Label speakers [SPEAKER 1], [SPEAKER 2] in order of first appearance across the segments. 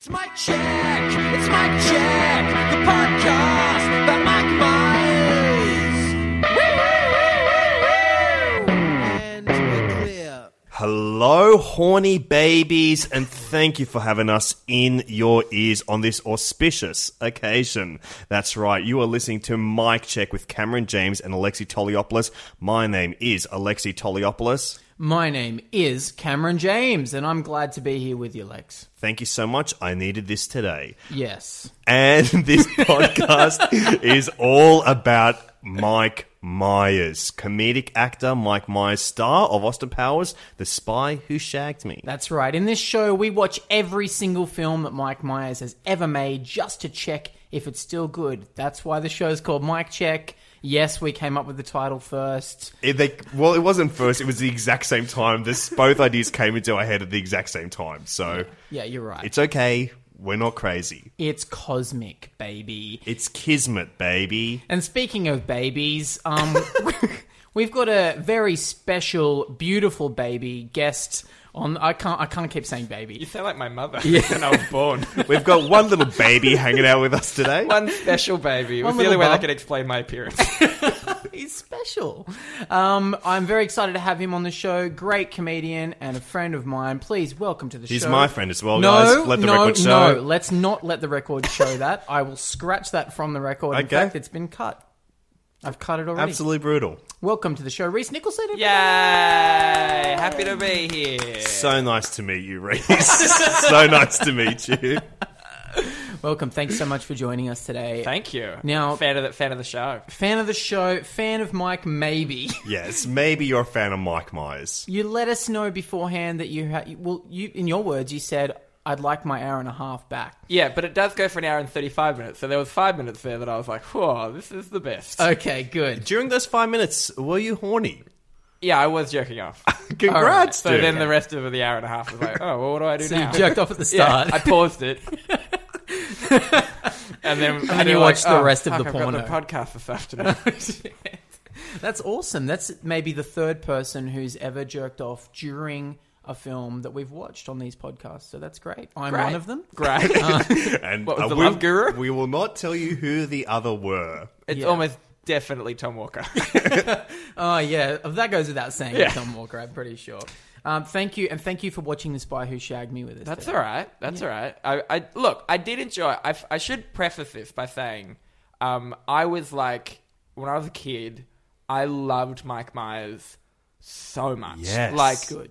[SPEAKER 1] It's my check. It's my check. The podcast by Mike Myers. Woo, woo, woo, woo, woo. And we're clear.
[SPEAKER 2] Hello, horny babies, and thank you for having us in your ears on this auspicious occasion. That's right, you are listening to Mike Check with Cameron James and Alexi Toliopoulos. My name is Alexi Toliopoulos.
[SPEAKER 3] My name is Cameron James, and I'm glad to be here with you, Lex.
[SPEAKER 2] Thank you so much. I needed this today.
[SPEAKER 3] Yes.
[SPEAKER 2] And this podcast is all about Mike Myers, comedic actor Mike Myers, star of Austin Powers, The Spy Who Shagged Me.
[SPEAKER 3] That's right. In this show, we watch every single film that Mike Myers has ever made just to check if it's still good. That's why the show's called Mike Check. Yes, we came up with the title first.
[SPEAKER 2] It- they- well, it wasn't first, it was the exact same time. This, both ideas came into our head at the exact same time. So
[SPEAKER 3] Yeah, you're right. It's,
[SPEAKER 2] it's okay. We're not crazy.
[SPEAKER 3] cosmic, baby.
[SPEAKER 2] It's Kismet, baby.
[SPEAKER 3] And speaking of babies, um, we've got a very special, beautiful baby guest on. I can't. I can't keep saying
[SPEAKER 4] You
[SPEAKER 3] baby.
[SPEAKER 4] sound like my mother when I was born.
[SPEAKER 2] We've got one little baby hanging out with us today.
[SPEAKER 4] One special baby. It was
[SPEAKER 3] One
[SPEAKER 4] the only
[SPEAKER 3] little
[SPEAKER 4] way I
[SPEAKER 3] bump.
[SPEAKER 4] could explain my appearance.
[SPEAKER 3] He's special. Um, I'm very excited to have him on the show. Great comedian and a friend of mine. Please welcome to the
[SPEAKER 2] He's
[SPEAKER 3] show.
[SPEAKER 2] my friend as well,
[SPEAKER 3] no,
[SPEAKER 2] guys. Let the
[SPEAKER 3] no,
[SPEAKER 2] record show.
[SPEAKER 3] No, let's not let the record show that. I will scratch that from the record. In
[SPEAKER 2] Okay.
[SPEAKER 3] fact, it's been cut. I've cut it already.
[SPEAKER 2] Absolutely brutal.
[SPEAKER 3] Welcome to the show, Reese Nicholson.
[SPEAKER 4] Yay! Happy to be here.
[SPEAKER 2] So nice to meet you, Reese. so nice to meet you.
[SPEAKER 3] Welcome. Thanks so much for joining us today.
[SPEAKER 4] Thank you.
[SPEAKER 3] Now-
[SPEAKER 4] fan of the fan of the show.
[SPEAKER 3] fan of the show, fan of Mike, maybe.
[SPEAKER 2] Yes, maybe you're a fan of Mike Myers.
[SPEAKER 3] You let us know beforehand that you had. Well, you in your words, you said, "I'd like my hour and a half back."
[SPEAKER 4] Yeah, but it does go for an hour and thirty-five minutes. So there was five minutes there that I was like, "Whoa, this is the best."
[SPEAKER 3] Okay, good.
[SPEAKER 2] During those five minutes, were you horny?
[SPEAKER 4] yeah, I was jerking off.
[SPEAKER 2] Congrats,
[SPEAKER 4] So
[SPEAKER 2] dude.
[SPEAKER 4] then the rest of the hour and a half was like, "Oh, well, what do I do
[SPEAKER 3] So you
[SPEAKER 4] now?"
[SPEAKER 3] jerked off at the
[SPEAKER 4] yeah,
[SPEAKER 3] start.
[SPEAKER 4] I paused it. And then, and
[SPEAKER 3] then you
[SPEAKER 4] were like,
[SPEAKER 3] watched the
[SPEAKER 4] "Oh,
[SPEAKER 3] rest of
[SPEAKER 4] fuck,
[SPEAKER 3] the
[SPEAKER 4] I've got
[SPEAKER 3] porno."
[SPEAKER 4] podcast this afternoon.
[SPEAKER 3] That's awesome. That's maybe the third person who's ever jerked off during a film that we've watched on these podcasts. So that's great. I'm
[SPEAKER 4] Great.
[SPEAKER 3] one of them.
[SPEAKER 4] Great.
[SPEAKER 2] and
[SPEAKER 4] What was
[SPEAKER 2] uh,
[SPEAKER 4] the
[SPEAKER 2] we,
[SPEAKER 4] love guru?
[SPEAKER 2] we will not tell you who the other were.
[SPEAKER 4] It's
[SPEAKER 3] Yeah.
[SPEAKER 4] almost definitely Tom Walker.
[SPEAKER 3] Oh yeah, that goes without saying.
[SPEAKER 4] Yeah.
[SPEAKER 3] Tom Walker, I'm pretty sure. Um, thank you, and thank you for watching The Spy Who Shagged Me with us.
[SPEAKER 4] That's
[SPEAKER 3] today.
[SPEAKER 4] all right. That's all right. I, I look. I did enjoy. I, I should preface this by saying, um, I was like when I was a kid, I loved Mike Myers so much.
[SPEAKER 2] Yes.
[SPEAKER 4] like
[SPEAKER 3] Good.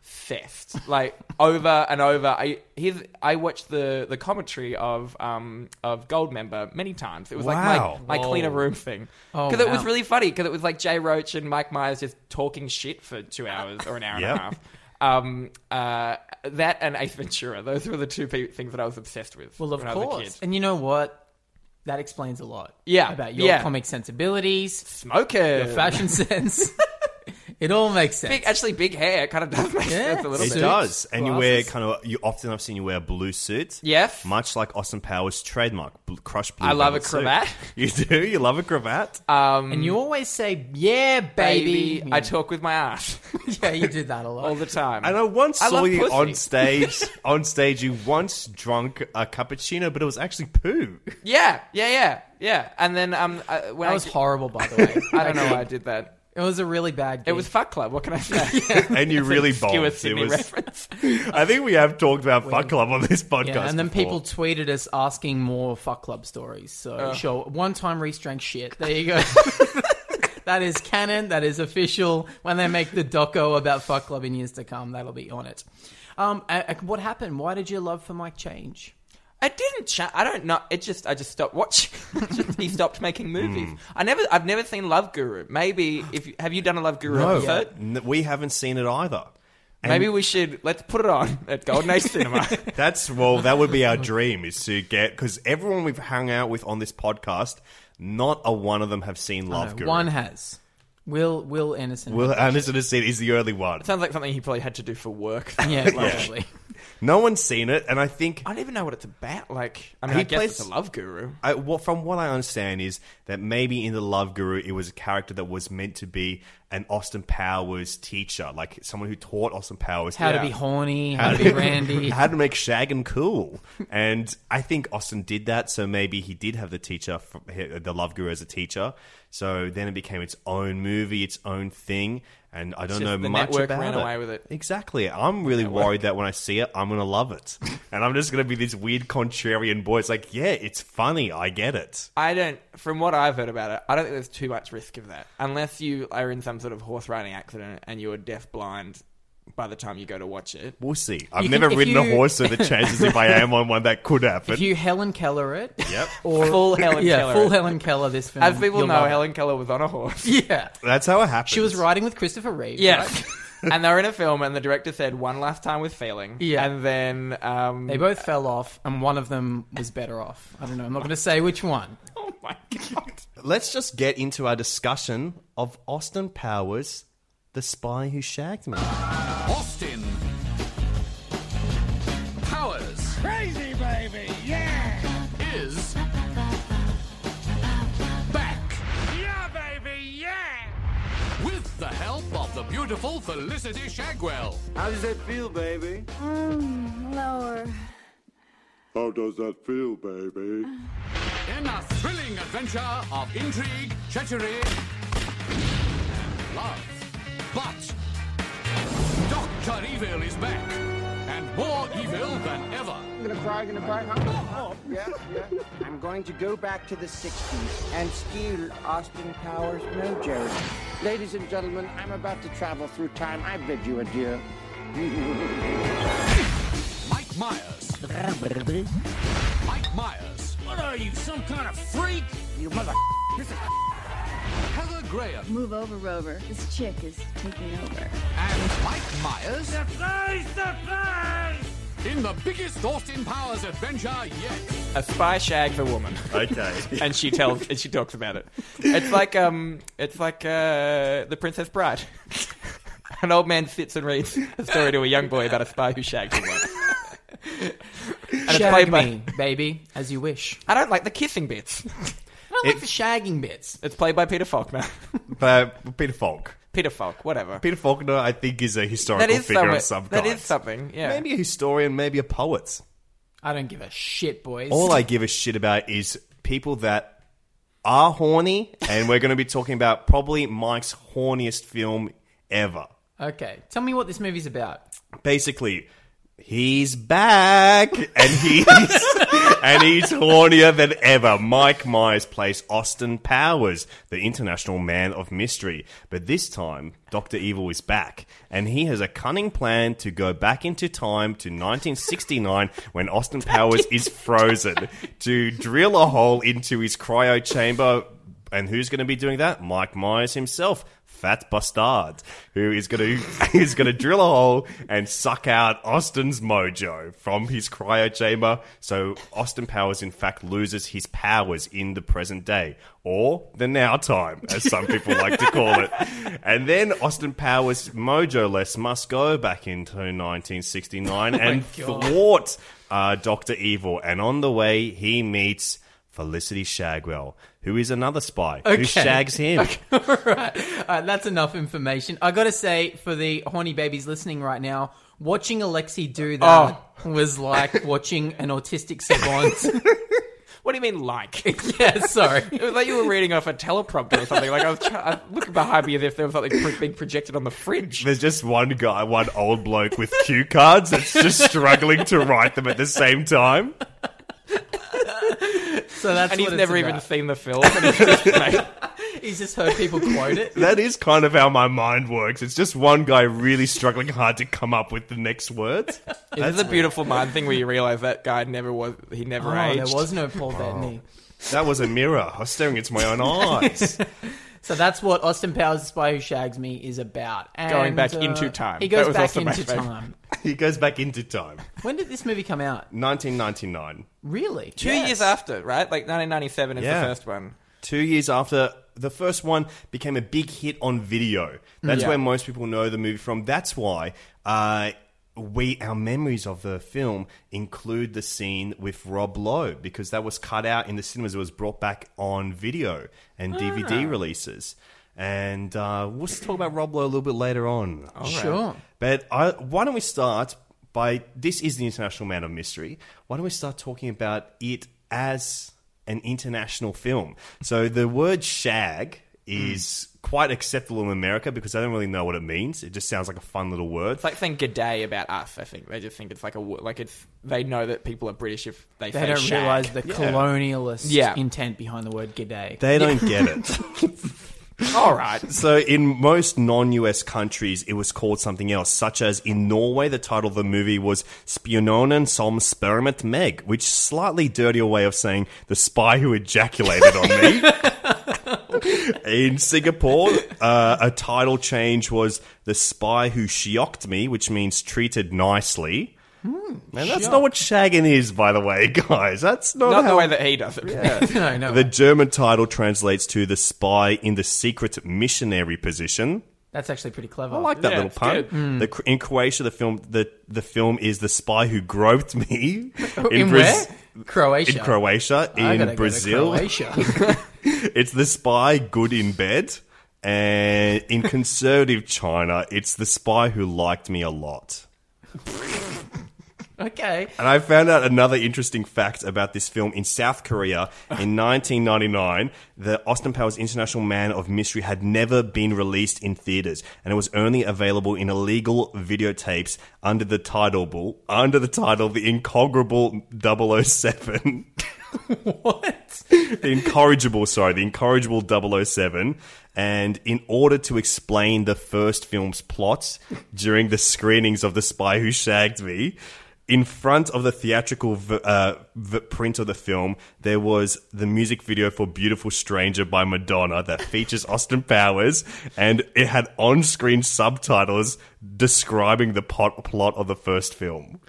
[SPEAKER 4] obsessed. Like over and over. I his, I watched the the commentary of um of Goldmember many times. It was
[SPEAKER 2] Wow.
[SPEAKER 4] like my, my cleaner room thing
[SPEAKER 3] Oh,
[SPEAKER 4] because it was
[SPEAKER 3] wow.
[SPEAKER 4] really funny because it was like Jay Roach and Mike Myers just talking shit for two hours or an hour
[SPEAKER 2] Yep.
[SPEAKER 4] and a half. Um, uh, that and Ace Ventura. Those were the two pe- things that I was obsessed with.
[SPEAKER 3] Well, of
[SPEAKER 4] when I was a
[SPEAKER 3] course.
[SPEAKER 4] kid.
[SPEAKER 3] And you know what? That explains a lot.
[SPEAKER 4] Yeah,
[SPEAKER 3] about your
[SPEAKER 4] yeah.
[SPEAKER 3] comic sensibilities,
[SPEAKER 4] Smoker.
[SPEAKER 3] your fashion sense. it all makes sense.
[SPEAKER 4] Big, actually, big hair kind of does make
[SPEAKER 3] Yeah.
[SPEAKER 4] sense a little
[SPEAKER 2] It
[SPEAKER 4] bit.
[SPEAKER 2] does, and you wear
[SPEAKER 3] Glasses.
[SPEAKER 2] kind of. You often I've seen you wear a blue suit.
[SPEAKER 4] Yes.
[SPEAKER 2] much like Austin Powers' trademark, bl- crush blue.
[SPEAKER 4] I love
[SPEAKER 2] velvet
[SPEAKER 4] a
[SPEAKER 2] suit.
[SPEAKER 4] cravat. Uh,
[SPEAKER 2] You do. You love a cravat.
[SPEAKER 3] and you always say, "Yeah, baby."
[SPEAKER 4] Baby, Um, I talk with my ass
[SPEAKER 3] yeah, you do that a lot.
[SPEAKER 4] all the time.
[SPEAKER 2] and I once
[SPEAKER 4] I
[SPEAKER 2] saw
[SPEAKER 4] love
[SPEAKER 2] you
[SPEAKER 4] pussy.
[SPEAKER 2] on stage. on stage, you once drunk a cappuccino, but it was actually poo.
[SPEAKER 4] yeah, yeah, yeah, yeah. And then um, I, when
[SPEAKER 3] that
[SPEAKER 4] I
[SPEAKER 3] was horrible, by the way.
[SPEAKER 4] I don't know why I did that.
[SPEAKER 3] It was a really bad gig.
[SPEAKER 4] It was Fuck Club. What can I say?
[SPEAKER 2] And you
[SPEAKER 4] It's
[SPEAKER 2] really
[SPEAKER 4] an obscure
[SPEAKER 2] bombed. It
[SPEAKER 4] Sydney
[SPEAKER 2] was-
[SPEAKER 4] reference.
[SPEAKER 2] I think we have talked about Fuck Club on this podcast.
[SPEAKER 3] yeah, and then people
[SPEAKER 2] before.
[SPEAKER 3] tweeted us asking more fuck club stories. So sure, one time Reese drank shit. There you go. that is canon. That is official. When they make the doco about fuck club in years to come, that'll be on it. Um, a- a- what happened? Why did your love for Mike change?
[SPEAKER 4] I didn't. Cha- I don't know. It just. I just stopped watching. It's just- he stopped making movies. I never. I've never seen Love Guru. Maybe if you, have you done a Love Guru
[SPEAKER 2] No,
[SPEAKER 4] episode?
[SPEAKER 2] N- we haven't seen it either. And
[SPEAKER 4] Maybe we should. Let's put it on at Golden Age Cinema.
[SPEAKER 2] That's well, that would be our dream is to get because everyone we've hung out with on this podcast, not a one of them have seen Love
[SPEAKER 3] No,
[SPEAKER 2] Guru.
[SPEAKER 3] One has Will Will Anderson.
[SPEAKER 2] Will Anderson has seen it is the early one.
[SPEAKER 4] Sounds like something he probably had to do for work.
[SPEAKER 3] yeah, probably.
[SPEAKER 2] No one's seen it, and I think
[SPEAKER 4] I don't even know what it's about. Like, I mean,
[SPEAKER 2] He
[SPEAKER 4] I guess
[SPEAKER 2] plays-
[SPEAKER 4] it's a Love Guru.
[SPEAKER 2] I, what, from what I understand is that maybe in the Love Guru, it was a character that was meant to be an Austin Powers teacher, like someone who taught Austin Powers
[SPEAKER 3] How to be horny? How to be randy?
[SPEAKER 2] how to make shag and cool. And I think Austin did that, so maybe he did have the teacher, from, the Love Guru as a teacher. So then it became its own movie, its own thing. And I don't
[SPEAKER 4] Just
[SPEAKER 2] know
[SPEAKER 4] the
[SPEAKER 2] much
[SPEAKER 4] network
[SPEAKER 2] about
[SPEAKER 4] ran
[SPEAKER 2] it.
[SPEAKER 4] away with it.
[SPEAKER 2] Exactly. I'm really worried that when I see it, I'm gonna love it, and I'm just gonna be this weird contrarian boy. It's like, yeah, it's funny. I get it.
[SPEAKER 4] I don't. From what I've heard about it, I don't think there's too much risk of that, unless you are in some sort of horse riding accident and you are deaf blind by the time you go to watch it.
[SPEAKER 2] We'll see. I've
[SPEAKER 3] You can-
[SPEAKER 2] never
[SPEAKER 3] if
[SPEAKER 2] ridden a
[SPEAKER 3] you-
[SPEAKER 2] horse, so the chances if I am on one that could
[SPEAKER 3] If
[SPEAKER 2] happen.
[SPEAKER 3] you Helen Keller it,
[SPEAKER 2] Yep.
[SPEAKER 3] or
[SPEAKER 4] Full Helen
[SPEAKER 3] yeah,
[SPEAKER 4] Keller.
[SPEAKER 3] full Helen Keller. This film,
[SPEAKER 4] As people
[SPEAKER 3] You'll
[SPEAKER 4] know,
[SPEAKER 3] love it.
[SPEAKER 4] Helen Keller was on a horse.
[SPEAKER 3] Yeah,
[SPEAKER 2] That's how it happens.
[SPEAKER 3] she was riding with Christopher Reeve. right?
[SPEAKER 4] and they were in a film, and the director said, "One last time with failing."
[SPEAKER 3] Yeah.
[SPEAKER 4] and then um,
[SPEAKER 3] They both fell off, and one of them was better off. I don't know. I'm not going to say which one.
[SPEAKER 4] Oh my god!
[SPEAKER 2] Let's just get into our discussion of Austin Powers, the spy who shagged me.
[SPEAKER 5] Austin. Powers
[SPEAKER 1] Crazy baby, yeah!
[SPEAKER 5] is back
[SPEAKER 1] Yeah, baby, yeah!
[SPEAKER 5] with the help of the beautiful Felicity Shagwell.
[SPEAKER 6] How does that feel, baby?
[SPEAKER 7] Mm,
[SPEAKER 8] Lower.
[SPEAKER 6] How does that feel, baby?
[SPEAKER 5] In a thrilling adventure of intrigue, treachery, love. But Dr. Evil is back and more evil than ever.
[SPEAKER 9] gonna cry, gonna cry, huh? Yeah, yeah. I'm going to go back to the 60s and steal Austin Powers' mojo. Ladies and gentlemen, I'm about to travel through time. I bid you adieu.
[SPEAKER 5] Mike Myers. Mike Myers.
[SPEAKER 1] What are you, some kind of freak? You mother.
[SPEAKER 5] Heather Graham.
[SPEAKER 8] Move over, Rover. This chick is taking over.
[SPEAKER 5] And Mike Myers
[SPEAKER 1] Surprise, surprise!
[SPEAKER 5] in the biggest Austin Powers adventure yet.
[SPEAKER 4] A spy shags a woman,
[SPEAKER 2] Okay.
[SPEAKER 4] and she tells and she talks about it. It's like um, it's like uh, the Princess Bride. An old man sits and reads a story to a young boy about a spy who shagged him. it's
[SPEAKER 3] Shag
[SPEAKER 4] played by-
[SPEAKER 3] me, baby, as you wish.
[SPEAKER 4] I don't like the kissing bits.
[SPEAKER 3] I don't like the shagging bits.
[SPEAKER 4] It's played by Peter Faulkner.
[SPEAKER 2] but Peter Falk.
[SPEAKER 4] Peter Falk, whatever.
[SPEAKER 2] Peter Faulkner, I think, is a historical
[SPEAKER 4] That is
[SPEAKER 2] figure
[SPEAKER 4] something.
[SPEAKER 2] of some kind.
[SPEAKER 4] that is something. Yeah.
[SPEAKER 2] Maybe a historian, maybe a poet.
[SPEAKER 3] I don't give a shit, boys.
[SPEAKER 2] All I give a shit about is people that are horny, and we're going to be talking about probably Mike's horniest film ever.
[SPEAKER 3] okay, tell me what this movie's about.
[SPEAKER 2] basically he's back and he's and he's hornier than ever mike myers plays austin powers the international man of mystery but this time dr evil is back and he has a cunning plan to go back into time to 1969 when austin powers is frozen to drill a hole into his cryo chamber and who's going to be doing that? Mike Myers himself, fat bastard, who is going to is going to drill a hole and suck out Austin's mojo from his cryo chamber. So Austin Powers, in fact, loses his powers in the present day or the now time, as some people like to call it. And then Austin Powers' mojo less must go back into 1969 and thwart uh, Doctor Evil. And on the way, he meets. Felicity Shagwell, who is another spy who
[SPEAKER 3] Okay.
[SPEAKER 2] shags him.
[SPEAKER 3] Uh, that's enough information. I gotta say, for the horny babies listening right now,
[SPEAKER 4] Oh.
[SPEAKER 3] watching Alexi do that was like watching an autistic savant.
[SPEAKER 4] What do you mean, like? it
[SPEAKER 3] yeah, sorry.
[SPEAKER 4] was like you were reading off a teleprompter or something. Like I was, try- I was looking behind me as if there was something pro- being projected on the fridge.
[SPEAKER 2] There's just one guy, one old bloke with cue cards that's just struggling to write them at the same time.
[SPEAKER 3] So that's what
[SPEAKER 4] And he's
[SPEAKER 3] it's
[SPEAKER 4] never even
[SPEAKER 3] about.
[SPEAKER 4] seen the film. And he's just like,
[SPEAKER 3] He's just heard people quote it.
[SPEAKER 2] That is kind of how my mind works. It's just one guy really struggling hard to come up with the next words.
[SPEAKER 4] That's a beautiful mind thing where you realize that guy never was. He never
[SPEAKER 3] Oh,
[SPEAKER 4] aged.
[SPEAKER 3] there was no Paul Bettany.
[SPEAKER 2] That was a mirror. I was staring into my own eyes.
[SPEAKER 3] So that's what Austin Powers: The Spy Who Shags Me is about. And, uh,
[SPEAKER 4] Going back into time.
[SPEAKER 3] He
[SPEAKER 4] That
[SPEAKER 3] goes
[SPEAKER 4] was
[SPEAKER 3] back
[SPEAKER 4] also my
[SPEAKER 3] into
[SPEAKER 4] favourite.
[SPEAKER 3] time.
[SPEAKER 2] he goes back into time.
[SPEAKER 3] When did this movie come out?
[SPEAKER 2] 1999.
[SPEAKER 3] Really?
[SPEAKER 4] Two years after, right? Like 1997 is
[SPEAKER 2] Yeah.
[SPEAKER 4] the first one.
[SPEAKER 2] Two years after the first one became a big hit on video. That's
[SPEAKER 3] Yeah.
[SPEAKER 2] where most people know the movie from. That's why uh, we our memories of the film include the scene with Rob Lowe because that was cut out in the cinemas. It was brought back on video and
[SPEAKER 3] Ah.
[SPEAKER 2] DVD releases. And uh, we'll talk about Rob Lowe a little bit later on.
[SPEAKER 3] Sure.
[SPEAKER 2] But I, why don't we start by this is the International Man of Mystery. Why don't we start talking about it as an international film? So the word shag is
[SPEAKER 4] Hmm.
[SPEAKER 2] quite acceptable in America because I don't really know what it means. It just sounds like a fun little word.
[SPEAKER 4] It's like saying "good day" about us. I think they just think it's like a wo- like it's they know that people are British if they,
[SPEAKER 3] They
[SPEAKER 4] say
[SPEAKER 3] don't
[SPEAKER 4] shag.
[SPEAKER 3] realize the colonialist
[SPEAKER 4] Yeah.
[SPEAKER 3] intent behind the word "g'day."
[SPEAKER 2] They don't get it.
[SPEAKER 4] All right,
[SPEAKER 2] So, in most non US countries, it was called something else, such as in Norway, the title of the movie was Spiononen som spermet meg, which slightly dirtier way of saying the spy who ejaculated on me. in Singapore, uh, a title change was The Spy Who Shocked Me, which means treated nicely.
[SPEAKER 4] Hmm,
[SPEAKER 2] and that's not what shagging is, by the way, guys. That's not,
[SPEAKER 4] not
[SPEAKER 2] how
[SPEAKER 4] the way that he does it.
[SPEAKER 3] no, no.
[SPEAKER 2] the German title translates to the spy in the secret missionary position.
[SPEAKER 3] that's actually pretty clever.
[SPEAKER 2] I like that
[SPEAKER 4] Yeah,
[SPEAKER 2] little
[SPEAKER 4] it's
[SPEAKER 2] pun.
[SPEAKER 4] good.
[SPEAKER 3] Mm.
[SPEAKER 2] The, in Croatia, the film the the film is the spy who groped
[SPEAKER 3] in
[SPEAKER 2] me Braz-
[SPEAKER 3] where? Croatia.
[SPEAKER 2] In Croatia,
[SPEAKER 3] I gotta go
[SPEAKER 2] in
[SPEAKER 3] to
[SPEAKER 2] Brazil,
[SPEAKER 3] Croatia.
[SPEAKER 2] it's the spy good in bed, and in conservative China, it's the spy who liked me a lot.
[SPEAKER 3] okay.
[SPEAKER 2] And I found out another interesting fact about this film in South Korea in 1999. The Austin Powers International Man of Mystery had never been released in theaters, and it was only available in illegal videotapes under the title bull, under the title The oh Incongruable 007.
[SPEAKER 3] What?
[SPEAKER 2] the Incorrigible, sorry, The Incorrigible 007. And in order to explain the first film's plot during the screenings of The Spy Who Shagged Me, in front of the theatrical v- uh, v- print of the film, there was the music video for Beautiful Stranger by Madonna that features Austin Powers, and it had on screen subtitles describing the pot- plot of the first film.
[SPEAKER 3] Oh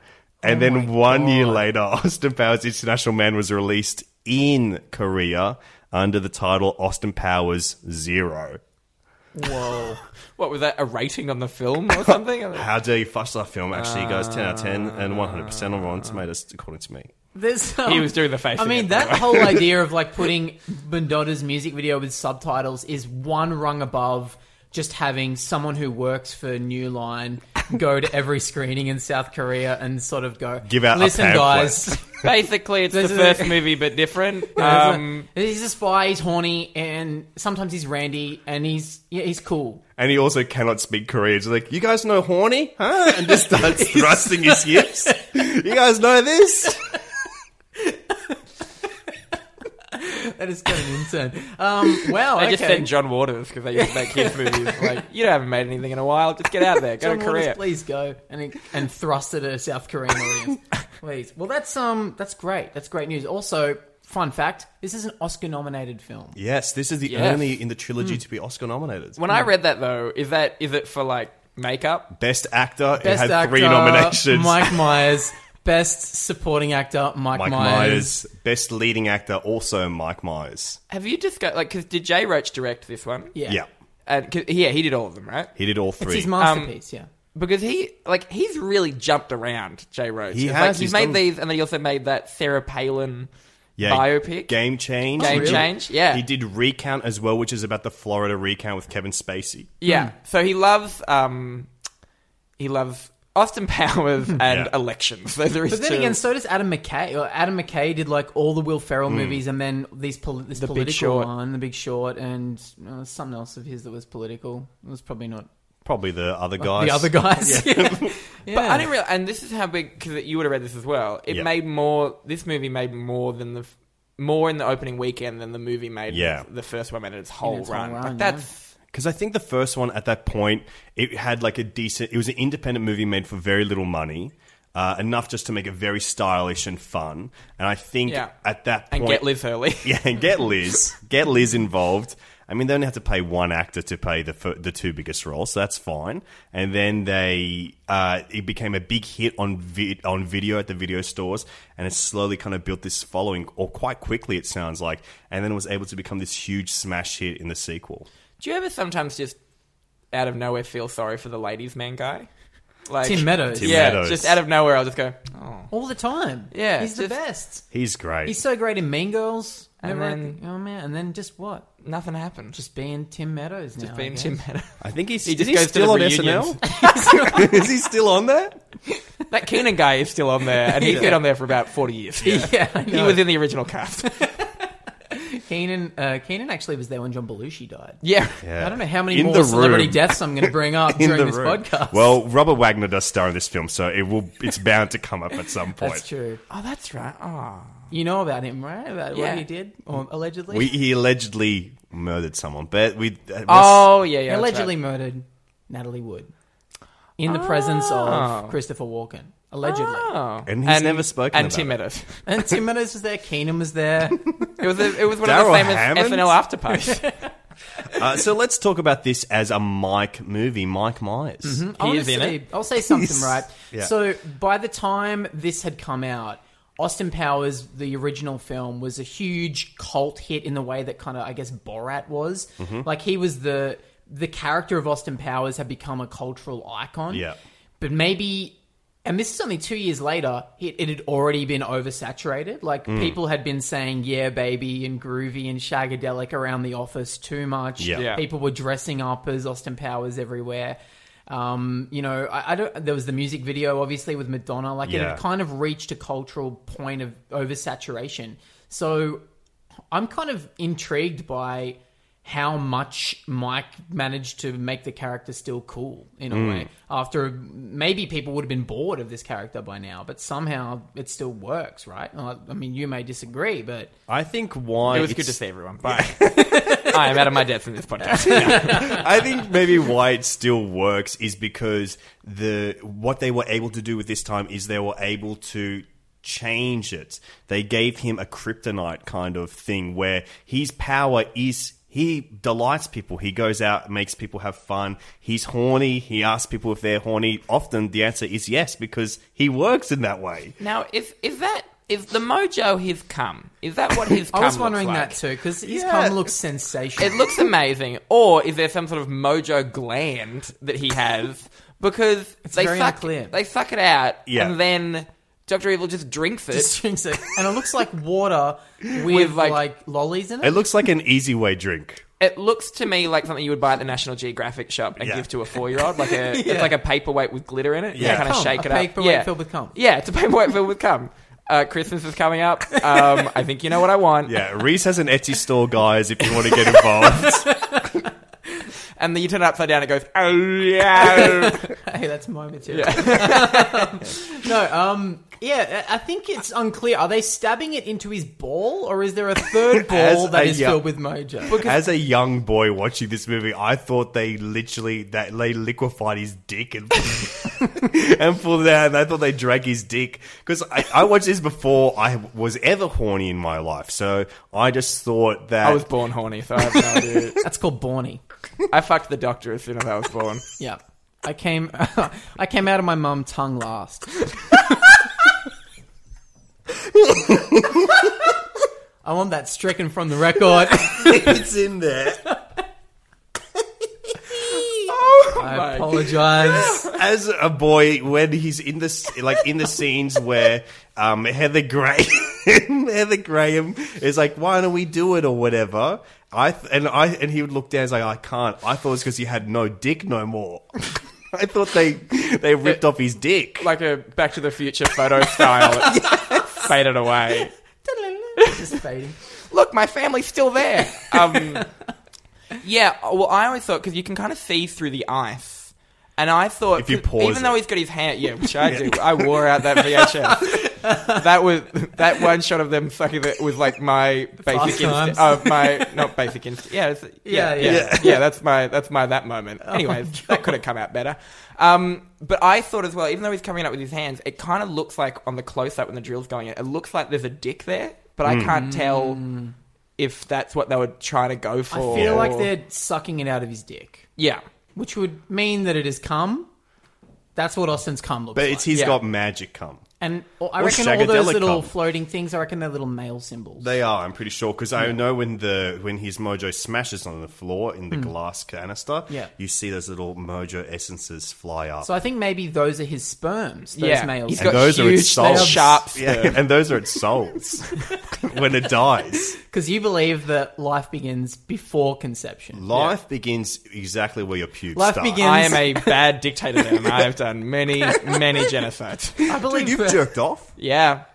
[SPEAKER 2] And then one year later, Austin Powers International Man was released in Korea under the title Austin Powers Zero.
[SPEAKER 4] Whoa, what was that? A rating on the film or something?
[SPEAKER 2] How dare you fuss that film? Actually, goes 10 out of 10 and 100% on Rotten Tomatoes, according to me.
[SPEAKER 3] There's, um,
[SPEAKER 4] He was doing the face
[SPEAKER 3] I
[SPEAKER 4] thing
[SPEAKER 3] mean,
[SPEAKER 4] at
[SPEAKER 3] that whole idea of like putting Madonna's music video with subtitles is one rung above just having someone who works for New Line go to every screening in South Korea and sort of go,
[SPEAKER 2] Give out a
[SPEAKER 3] listen,
[SPEAKER 2] pamphlet."
[SPEAKER 3] guys.
[SPEAKER 4] Basically, it's the
[SPEAKER 3] This is
[SPEAKER 4] first
[SPEAKER 3] a-
[SPEAKER 4] movie but different.
[SPEAKER 3] It's
[SPEAKER 4] Um,
[SPEAKER 3] like, he's a spy. He's horny, and sometimes he's randy, and he's yeah, he's cool.
[SPEAKER 2] And he also cannot speak Korean. He's like, you guys know horny? Huh? And just starts thrusting his hips. You guys know this?
[SPEAKER 3] That is kind of insane. Um, well,
[SPEAKER 4] they
[SPEAKER 3] okay.
[SPEAKER 4] just sent John Waters because they used to make his movies. Like you haven't made anything in a while. Just get out of there. Go
[SPEAKER 3] John
[SPEAKER 4] to
[SPEAKER 3] Waters,
[SPEAKER 4] Korea.
[SPEAKER 3] please go and and thrust it at a South Korean audience, please. Well, that's um, that's great. That's great news. Also, fun fact: this is an Oscar-nominated film.
[SPEAKER 2] Yes, this is the
[SPEAKER 4] Yes.
[SPEAKER 2] only in the
[SPEAKER 3] Hmm.
[SPEAKER 2] trilogy to be Oscar nominated.
[SPEAKER 4] When I read that though, is that is it for like makeup?
[SPEAKER 2] Best actor,
[SPEAKER 3] Best
[SPEAKER 2] it had
[SPEAKER 3] actor,
[SPEAKER 2] three nominations.
[SPEAKER 3] Mike Myers. Best supporting actor, Mike,
[SPEAKER 2] Mike
[SPEAKER 3] Myers.
[SPEAKER 2] Myers. Best leading actor, also Mike Myers.
[SPEAKER 4] Have you just got like because did Jay Roach direct this one?
[SPEAKER 3] Yeah.
[SPEAKER 2] Yeah.
[SPEAKER 4] and 'cause- yeah, he did all of them, right?
[SPEAKER 2] He did all three.
[SPEAKER 3] It's his masterpiece.
[SPEAKER 4] Um,
[SPEAKER 3] yeah.
[SPEAKER 4] Because he like he's really jumped around Jay Roach.
[SPEAKER 2] He
[SPEAKER 4] It's
[SPEAKER 2] has,
[SPEAKER 4] Like, he's,
[SPEAKER 2] he's
[SPEAKER 4] made
[SPEAKER 2] done-
[SPEAKER 4] these, and then he also made that Sarah Palin
[SPEAKER 2] Yeah,
[SPEAKER 4] biopic.
[SPEAKER 2] Game Change.
[SPEAKER 4] Game
[SPEAKER 2] He did-
[SPEAKER 4] Change, yeah.
[SPEAKER 2] He did Recount as well, which is about the
[SPEAKER 3] Hmm.
[SPEAKER 2] Florida recount with Kevin Spacey.
[SPEAKER 4] Yeah. So he loves um, he loves Austin Powers and elections. Those are his
[SPEAKER 3] But then
[SPEAKER 4] two.
[SPEAKER 3] again, so does Adam McKay. Or Adam McKay did like all the Will Ferrell
[SPEAKER 2] Hmm.
[SPEAKER 3] movies, and then these pol- this
[SPEAKER 4] The Big
[SPEAKER 3] political
[SPEAKER 4] Short.
[SPEAKER 3] one, The Big Short, and uh, something else of his that was political. It was probably not
[SPEAKER 2] Probably the other guys.
[SPEAKER 3] the other guys. Yeah.
[SPEAKER 4] But I didn't realize, and this is how big because you would have read this as well. It
[SPEAKER 2] Yeah.
[SPEAKER 4] made more. This movie made more than the f- more in the opening weekend than the movie made.
[SPEAKER 2] Yeah.
[SPEAKER 4] the first one made in its whole
[SPEAKER 3] its whole
[SPEAKER 4] run.
[SPEAKER 3] run,
[SPEAKER 4] like
[SPEAKER 3] yeah.
[SPEAKER 4] that's
[SPEAKER 2] Because I think the first one at that point, it had like a decent. It was an independent movie made for very little money, uh, enough just to make it very stylish and fun. And I think
[SPEAKER 4] Yeah.
[SPEAKER 2] at that point,
[SPEAKER 4] and get Liz early.
[SPEAKER 2] yeah, and get Liz, get Liz involved. I mean, they only had to pay one actor to pay the fir- the two biggest roles, so that's fine. And then they uh, it became a big hit on vi- on video at the video stores, and it slowly kind of built this following, or quite quickly it sounds like, and then it was able to become this huge smash hit in the sequel.
[SPEAKER 4] Do you ever sometimes just out of nowhere feel sorry for the ladies' man guy? Like
[SPEAKER 3] Tim Meadows. Tim
[SPEAKER 4] yeah,
[SPEAKER 2] Meadows.
[SPEAKER 4] just out of nowhere, I'll just go. Oh.
[SPEAKER 3] all the time.
[SPEAKER 4] Yeah,
[SPEAKER 3] he's the
[SPEAKER 4] just-
[SPEAKER 3] best.
[SPEAKER 2] He's great.
[SPEAKER 3] He's so great in Mean Girls.
[SPEAKER 4] And
[SPEAKER 3] Never-
[SPEAKER 4] then-
[SPEAKER 3] oh man, and then just what?
[SPEAKER 4] Nothing happened. Just
[SPEAKER 3] Just being Tim Meadows now. I
[SPEAKER 4] being
[SPEAKER 3] guess.
[SPEAKER 4] Tim Meadows.
[SPEAKER 2] I think he's
[SPEAKER 4] He
[SPEAKER 2] is
[SPEAKER 4] just
[SPEAKER 2] he
[SPEAKER 4] goes to
[SPEAKER 2] still
[SPEAKER 4] the
[SPEAKER 2] on
[SPEAKER 4] reunions.
[SPEAKER 2] SNL. is he still on there?
[SPEAKER 4] that Keenan guy is still on there, and he's been on there for about forty years.
[SPEAKER 3] Yeah, I
[SPEAKER 4] he
[SPEAKER 3] know.
[SPEAKER 4] was in the original cast.
[SPEAKER 3] Keenan. Uh, Keenan actually was there when John Belushi died.
[SPEAKER 4] yeah.
[SPEAKER 3] I don't know how many
[SPEAKER 2] In the
[SPEAKER 3] more celebrity
[SPEAKER 2] room.
[SPEAKER 3] deaths I'm going to bring up
[SPEAKER 2] In
[SPEAKER 3] during
[SPEAKER 2] the
[SPEAKER 3] this
[SPEAKER 2] room.
[SPEAKER 3] podcast.
[SPEAKER 2] Well, Robert Wagner does star in this film, so it will. It's bound to come up at some point.
[SPEAKER 3] that's true.
[SPEAKER 4] Oh, that's right. Oh.
[SPEAKER 3] You know about him, right? About
[SPEAKER 4] Yeah.
[SPEAKER 3] what he did, or allegedly,
[SPEAKER 2] We, he allegedly murdered someone, but we. Uh,
[SPEAKER 4] Oh yeah, yeah. that's
[SPEAKER 3] allegedly
[SPEAKER 4] right.
[SPEAKER 3] murdered Natalie Wood in the presence of Christopher Walken, allegedly.
[SPEAKER 4] Oh.
[SPEAKER 2] And he's never spoken
[SPEAKER 4] And
[SPEAKER 2] about
[SPEAKER 4] Tim
[SPEAKER 2] it.
[SPEAKER 4] Meadows.
[SPEAKER 3] And Tim Meadows was there. Keenan was there.
[SPEAKER 4] It was a, it was one of
[SPEAKER 2] Daryl
[SPEAKER 4] the famous
[SPEAKER 2] Hammond?
[SPEAKER 4] SNL after parties.
[SPEAKER 2] Uh, so let's talk about this as a Mike movie, Mike Myers.
[SPEAKER 3] I wanna
[SPEAKER 4] is in
[SPEAKER 3] say-
[SPEAKER 4] it.
[SPEAKER 3] I'll say something,
[SPEAKER 2] He's-
[SPEAKER 3] right?
[SPEAKER 2] Yeah.
[SPEAKER 3] So by the time this had come out, Austin Powers, the original film, was a huge cult hit in the way that kind of, I guess, Borat was.
[SPEAKER 2] Mm-hmm.
[SPEAKER 3] Like he was the the character of Austin Powers had become a cultural icon.
[SPEAKER 2] Yeah.
[SPEAKER 3] but maybe. And this is only two years later. It, it had already been oversaturated. Like
[SPEAKER 2] Mm.
[SPEAKER 3] people had been saying "yeah, baby" and "groovy" and "shagadelic" around the office too much.
[SPEAKER 2] Yeah. Yeah.
[SPEAKER 3] people were dressing up as Austin Powers everywhere. Um, you know, I, I don't. There was the music video, obviously, with Madonna. Like it
[SPEAKER 2] Yeah.
[SPEAKER 3] had kind of reached a cultural point of oversaturation. So I'm kind of intrigued by how much Mike managed to make the character still cool in a
[SPEAKER 4] Mm.
[SPEAKER 3] way. After maybe people would have been bored of this character by now, but somehow it still works, right? I I mean, you may disagree, but
[SPEAKER 2] I think why
[SPEAKER 4] It was good
[SPEAKER 2] it's-
[SPEAKER 4] to see everyone. Bye. I am out of my depth in this podcast.
[SPEAKER 2] I think maybe why it still works is because the what they were able to do with this time is they were able to change it. They gave him a kryptonite kind of thing where his power is he delights people. He goes out, makes people have fun. He's horny. He asks people if they're horny. Often the answer is yes because he works in that way.
[SPEAKER 4] now, is is that is the mojo he's come? Is that what he's come?
[SPEAKER 3] I was wondering
[SPEAKER 4] looks like?
[SPEAKER 3] that too because his
[SPEAKER 2] Yeah.
[SPEAKER 3] cum looks sensational.
[SPEAKER 4] It looks amazing. Or is there some sort of mojo gland that he has? Because they
[SPEAKER 3] very
[SPEAKER 4] suck
[SPEAKER 3] unclear.
[SPEAKER 4] they suck it out,
[SPEAKER 2] Yeah.
[SPEAKER 4] and then Doctor Evil just drinks it.
[SPEAKER 3] Just drinks it. and it looks like water with,
[SPEAKER 4] like-
[SPEAKER 3] like, lollies in it.
[SPEAKER 2] It looks like an easy way drink.
[SPEAKER 4] It looks to me like something you would buy at the National Geographic shop and
[SPEAKER 2] Yeah.
[SPEAKER 4] give to a four-year-old. Like a, it's like a paperweight with glitter in it. Yeah,
[SPEAKER 2] Yeah.
[SPEAKER 4] kind of
[SPEAKER 3] Cum.
[SPEAKER 4] shake
[SPEAKER 3] A
[SPEAKER 4] it up.
[SPEAKER 3] paperweight
[SPEAKER 4] yeah.
[SPEAKER 3] filled with cum.
[SPEAKER 4] Yeah, it's a paperweight filled with cum. Uh, Christmas is coming up. Um, I think you know what I want.
[SPEAKER 2] Yeah, Reese has an Etsy store, guys. If you want to get involved,
[SPEAKER 4] And then you turn it upside down. It goes. Oh yeah.
[SPEAKER 3] hey, that's my material. no, um, yeah, I I think it's unclear. Are they stabbing it into his ball, or is there a third ball
[SPEAKER 2] As
[SPEAKER 3] that
[SPEAKER 2] a
[SPEAKER 3] is
[SPEAKER 2] young-
[SPEAKER 3] filled with mojo?
[SPEAKER 2] as a young boy watching this movie, I thought they literally that they liquefied his dick and and pulled it out. And I thought they drank his dick because I, I watched this before I was ever horny in my life. So I just thought that
[SPEAKER 4] I was born horny, so I have no idea.
[SPEAKER 3] that's called Borny.
[SPEAKER 4] I fucked the doctor as soon as I was born.
[SPEAKER 3] Yeah, I came, I came out of my mum tongue last. I want that stricken from the record.
[SPEAKER 2] it's in there.
[SPEAKER 3] I apologize.
[SPEAKER 2] as a boy when he's in the like in the scenes where um, Heather Graham Heather Graham is like, why don't we do it or whatever? I th- and I and he would look down and say, I can't. I thought it's because he had no dick no more. I thought they they ripped off his dick.
[SPEAKER 4] like a Back to the Future photo style. It Faded away.
[SPEAKER 3] Just fading.
[SPEAKER 4] Look, my family's still there. Um, yeah, well, I always thought because you can kind of see through the ice, and I thought
[SPEAKER 2] If you
[SPEAKER 4] 'cause
[SPEAKER 2] pause
[SPEAKER 4] even though
[SPEAKER 2] it.
[SPEAKER 4] he's got his hand, yeah, which I do, I wore out that VHS. that was that one shot of them fucking it was like my basic
[SPEAKER 3] times.
[SPEAKER 4] instinct. Uh, my not basic instinct. Yeah, it's, yeah, yeah,
[SPEAKER 3] Yeah,
[SPEAKER 4] yeah,
[SPEAKER 3] yeah.
[SPEAKER 4] That's my that's my that moment. Anyways, that could have come out better. Um, but I thought as well, even though he's coming up with his hands, it kind of looks like on the close up when the drill's going in, it looks like there's a dick there, but I can't tell if that's what they were trying to go
[SPEAKER 3] I
[SPEAKER 4] for.
[SPEAKER 2] Oh.
[SPEAKER 3] feel like
[SPEAKER 4] or-
[SPEAKER 3] they're sucking it out of his dick,
[SPEAKER 4] yeah.
[SPEAKER 3] which would mean that it has come. That's what Austin's cum looks
[SPEAKER 2] but
[SPEAKER 3] like.
[SPEAKER 2] it's he's
[SPEAKER 4] Yeah.
[SPEAKER 2] got magic cum.
[SPEAKER 3] and or, I
[SPEAKER 2] Or
[SPEAKER 3] reckon all those
[SPEAKER 2] shagadelic
[SPEAKER 3] little
[SPEAKER 2] cum.
[SPEAKER 3] floating things. I reckon they're little male symbols.
[SPEAKER 2] They are, I'm pretty sure, because I know when the when his mojo smashes on the floor in the
[SPEAKER 4] Hmm.
[SPEAKER 2] glass canister,
[SPEAKER 3] Yeah.
[SPEAKER 2] you see those little mojo essences fly up.
[SPEAKER 3] so I think maybe those are his sperms. Those
[SPEAKER 4] Yeah.
[SPEAKER 3] males.
[SPEAKER 4] He's
[SPEAKER 2] and those are
[SPEAKER 4] huge,
[SPEAKER 2] its souls.
[SPEAKER 4] sharp
[SPEAKER 2] yeah, and those are its souls when it dies.
[SPEAKER 3] Because you believe that life begins before conception.
[SPEAKER 2] Life begins exactly where your pubes
[SPEAKER 3] Life
[SPEAKER 2] start.
[SPEAKER 3] begins-
[SPEAKER 4] I am a bad dictator then. I have done many, many genocides.
[SPEAKER 3] I believe
[SPEAKER 2] Dude, you've
[SPEAKER 3] that-
[SPEAKER 2] jerked off,
[SPEAKER 4] Yeah.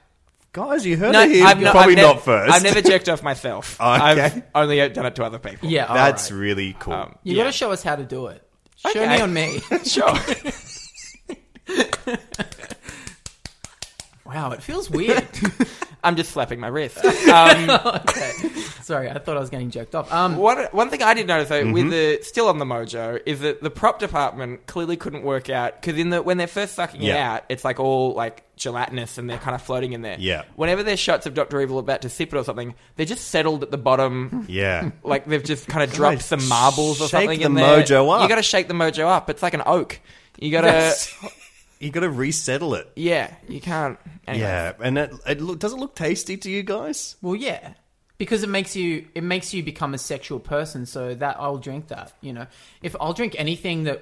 [SPEAKER 2] guys. You heard it here. Probably
[SPEAKER 4] I've nev-
[SPEAKER 2] not first.
[SPEAKER 4] I've never jerked off myself.
[SPEAKER 2] Okay.
[SPEAKER 4] I've only done it to other people.
[SPEAKER 3] Yeah, all
[SPEAKER 2] That's
[SPEAKER 3] right.
[SPEAKER 2] really cool.
[SPEAKER 3] you
[SPEAKER 4] yeah.
[SPEAKER 3] got to show us how to do it. Show
[SPEAKER 4] Okay.
[SPEAKER 3] me on me.
[SPEAKER 4] Sure.
[SPEAKER 3] wow, it feels weird.
[SPEAKER 4] I'm just slapping my wrist. Um,
[SPEAKER 3] okay, sorry, I thought I was getting jerked off. Um,
[SPEAKER 4] one, one thing I did notice though,
[SPEAKER 2] Mm-hmm.
[SPEAKER 4] with the still on the mojo, is that the prop department clearly couldn't work out because in the when they're first sucking it
[SPEAKER 2] Yeah.
[SPEAKER 4] out, it's like all like gelatinous and they're kind of floating in there.
[SPEAKER 2] Yeah.
[SPEAKER 4] Whenever there's shots of Doctor Evil about to sip it or something, they're just settled at the bottom.
[SPEAKER 2] Yeah.
[SPEAKER 4] Like they've just kind of dropped some marbles or
[SPEAKER 2] shake
[SPEAKER 4] something
[SPEAKER 2] the
[SPEAKER 4] in there.
[SPEAKER 2] mojo up.
[SPEAKER 4] You got to shake the mojo up. It's like an oak. You got to
[SPEAKER 2] you got to resettle it.
[SPEAKER 4] yeah. You can't. Anyway.
[SPEAKER 2] Yeah, and it, it look, does it look tasty to you guys?
[SPEAKER 3] well, yeah, because it makes you it makes you become a sexual person. So that I'll drink that. You know, if I'll drink anything that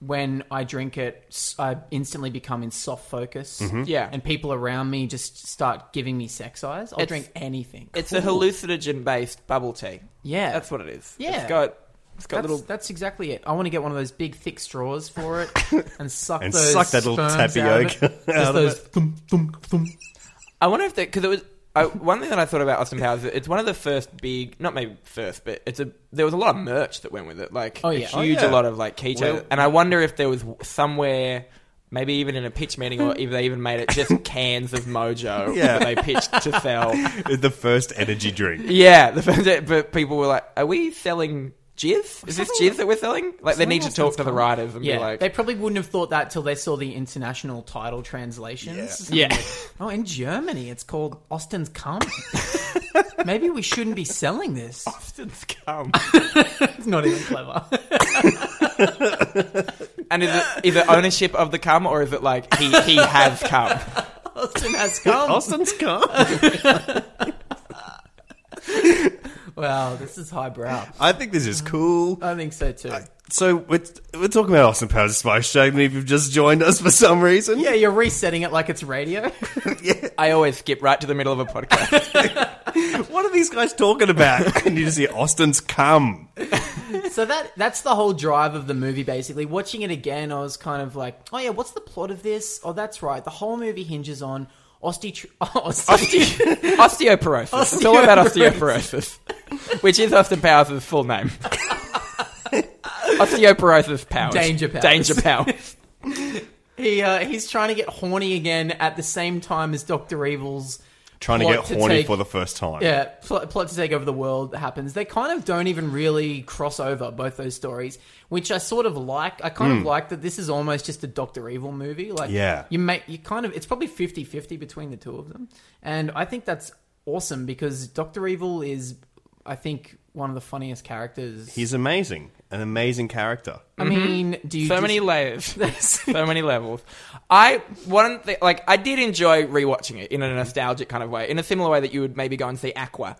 [SPEAKER 3] when I drink it, s- I instantly become in soft focus.
[SPEAKER 2] Mm-hmm.
[SPEAKER 4] Yeah.
[SPEAKER 3] and people around me just start giving me sex eyes. I'll
[SPEAKER 4] It's-
[SPEAKER 3] drink anything.
[SPEAKER 4] It's a hallucinogen based bubble tea.
[SPEAKER 3] Yeah.
[SPEAKER 4] That's what it is.
[SPEAKER 3] Yeah.
[SPEAKER 4] It's got it's got
[SPEAKER 3] That's,
[SPEAKER 4] little
[SPEAKER 3] that's exactly it. I want to get one of those big thick straws for it and suck
[SPEAKER 2] And
[SPEAKER 3] those
[SPEAKER 2] suck that little
[SPEAKER 3] sperms out of it.
[SPEAKER 2] tapioca
[SPEAKER 3] Just
[SPEAKER 2] out of
[SPEAKER 3] those
[SPEAKER 2] it.
[SPEAKER 3] thump, thump, thump.
[SPEAKER 4] I wonder if that because it was I, one thing that I thought about Austin Powers. is It's one of the first big, not maybe first, but it's a there was a lot of merch that went with it, like
[SPEAKER 3] Oh,
[SPEAKER 4] a
[SPEAKER 3] yeah.
[SPEAKER 4] huge
[SPEAKER 3] Oh,
[SPEAKER 2] yeah.
[SPEAKER 4] a lot of like keto.
[SPEAKER 2] Well-
[SPEAKER 4] and I wonder if there was somewhere. Maybe even in a pitch meeting, or if they even made it just cans of Mojo
[SPEAKER 2] Yeah.
[SPEAKER 4] that they pitched to sell.
[SPEAKER 2] The first energy drink.
[SPEAKER 4] Yeah, the first day, but people were like, "Are we selling jizz? Is this jizz that we're selling?" Like they need to talk to the writers and
[SPEAKER 3] Yeah,
[SPEAKER 4] be like,
[SPEAKER 3] they probably wouldn't have thought that till they saw the international title translations.
[SPEAKER 4] "Yeah,
[SPEAKER 3] Oh, in Germany, it's called Austin's Cum. Maybe we shouldn't be selling this.
[SPEAKER 4] Austin's come."
[SPEAKER 3] It's not even clever.
[SPEAKER 4] And is it is it ownership of the cum, or is it like he he has cum?
[SPEAKER 3] Austin has cum.
[SPEAKER 2] Austin's cum.
[SPEAKER 3] Wow, this is highbrow.
[SPEAKER 2] I think this is cool.
[SPEAKER 4] Uh,
[SPEAKER 3] I think so too.
[SPEAKER 2] So we're, we're talking about Austin Powers Spike Shame if you've just joined us for some reason.
[SPEAKER 3] yeah, you're resetting it like it's radio.
[SPEAKER 4] I always skip right to the middle of a podcast.
[SPEAKER 2] What are these guys talking about? and you just hear Austin's cum.
[SPEAKER 3] So that that's the whole drive of the movie. Basically, watching it again, I was kind of like, "Oh yeah, what's the plot of this?" Oh, that's right. The whole movie hinges on oste oste
[SPEAKER 4] osteoporosis. It's all about osteoporosis, which is Austin Powers' full name. osteoporosis Powers.
[SPEAKER 3] Danger Powers.
[SPEAKER 4] Danger Powers.
[SPEAKER 3] he uh, he's trying to get horny again at the same time as Doctor Evil's
[SPEAKER 2] Trying to
[SPEAKER 3] plot
[SPEAKER 2] get horny
[SPEAKER 3] take-
[SPEAKER 2] for the first time.
[SPEAKER 3] yeah plot, plot to take over the world happens. They kind of don't even really cross over both those stories, which I sort of like. I kind of like that this is almost just a Doctor Evil movie. Like
[SPEAKER 2] Hmm. Yeah.
[SPEAKER 3] you make you kind of it's probably 50-50 between the two of them, and I think that's awesome because Doctor Evil is I think one of the funniest characters.
[SPEAKER 2] He's Mm-hmm. amazing. An amazing character.
[SPEAKER 3] I mean, do you
[SPEAKER 4] So
[SPEAKER 3] just-
[SPEAKER 4] many layers. so many levels. I one thing, like I did enjoy rewatching it in a nostalgic kind of way, in a similar way that you would maybe go and see Aqua.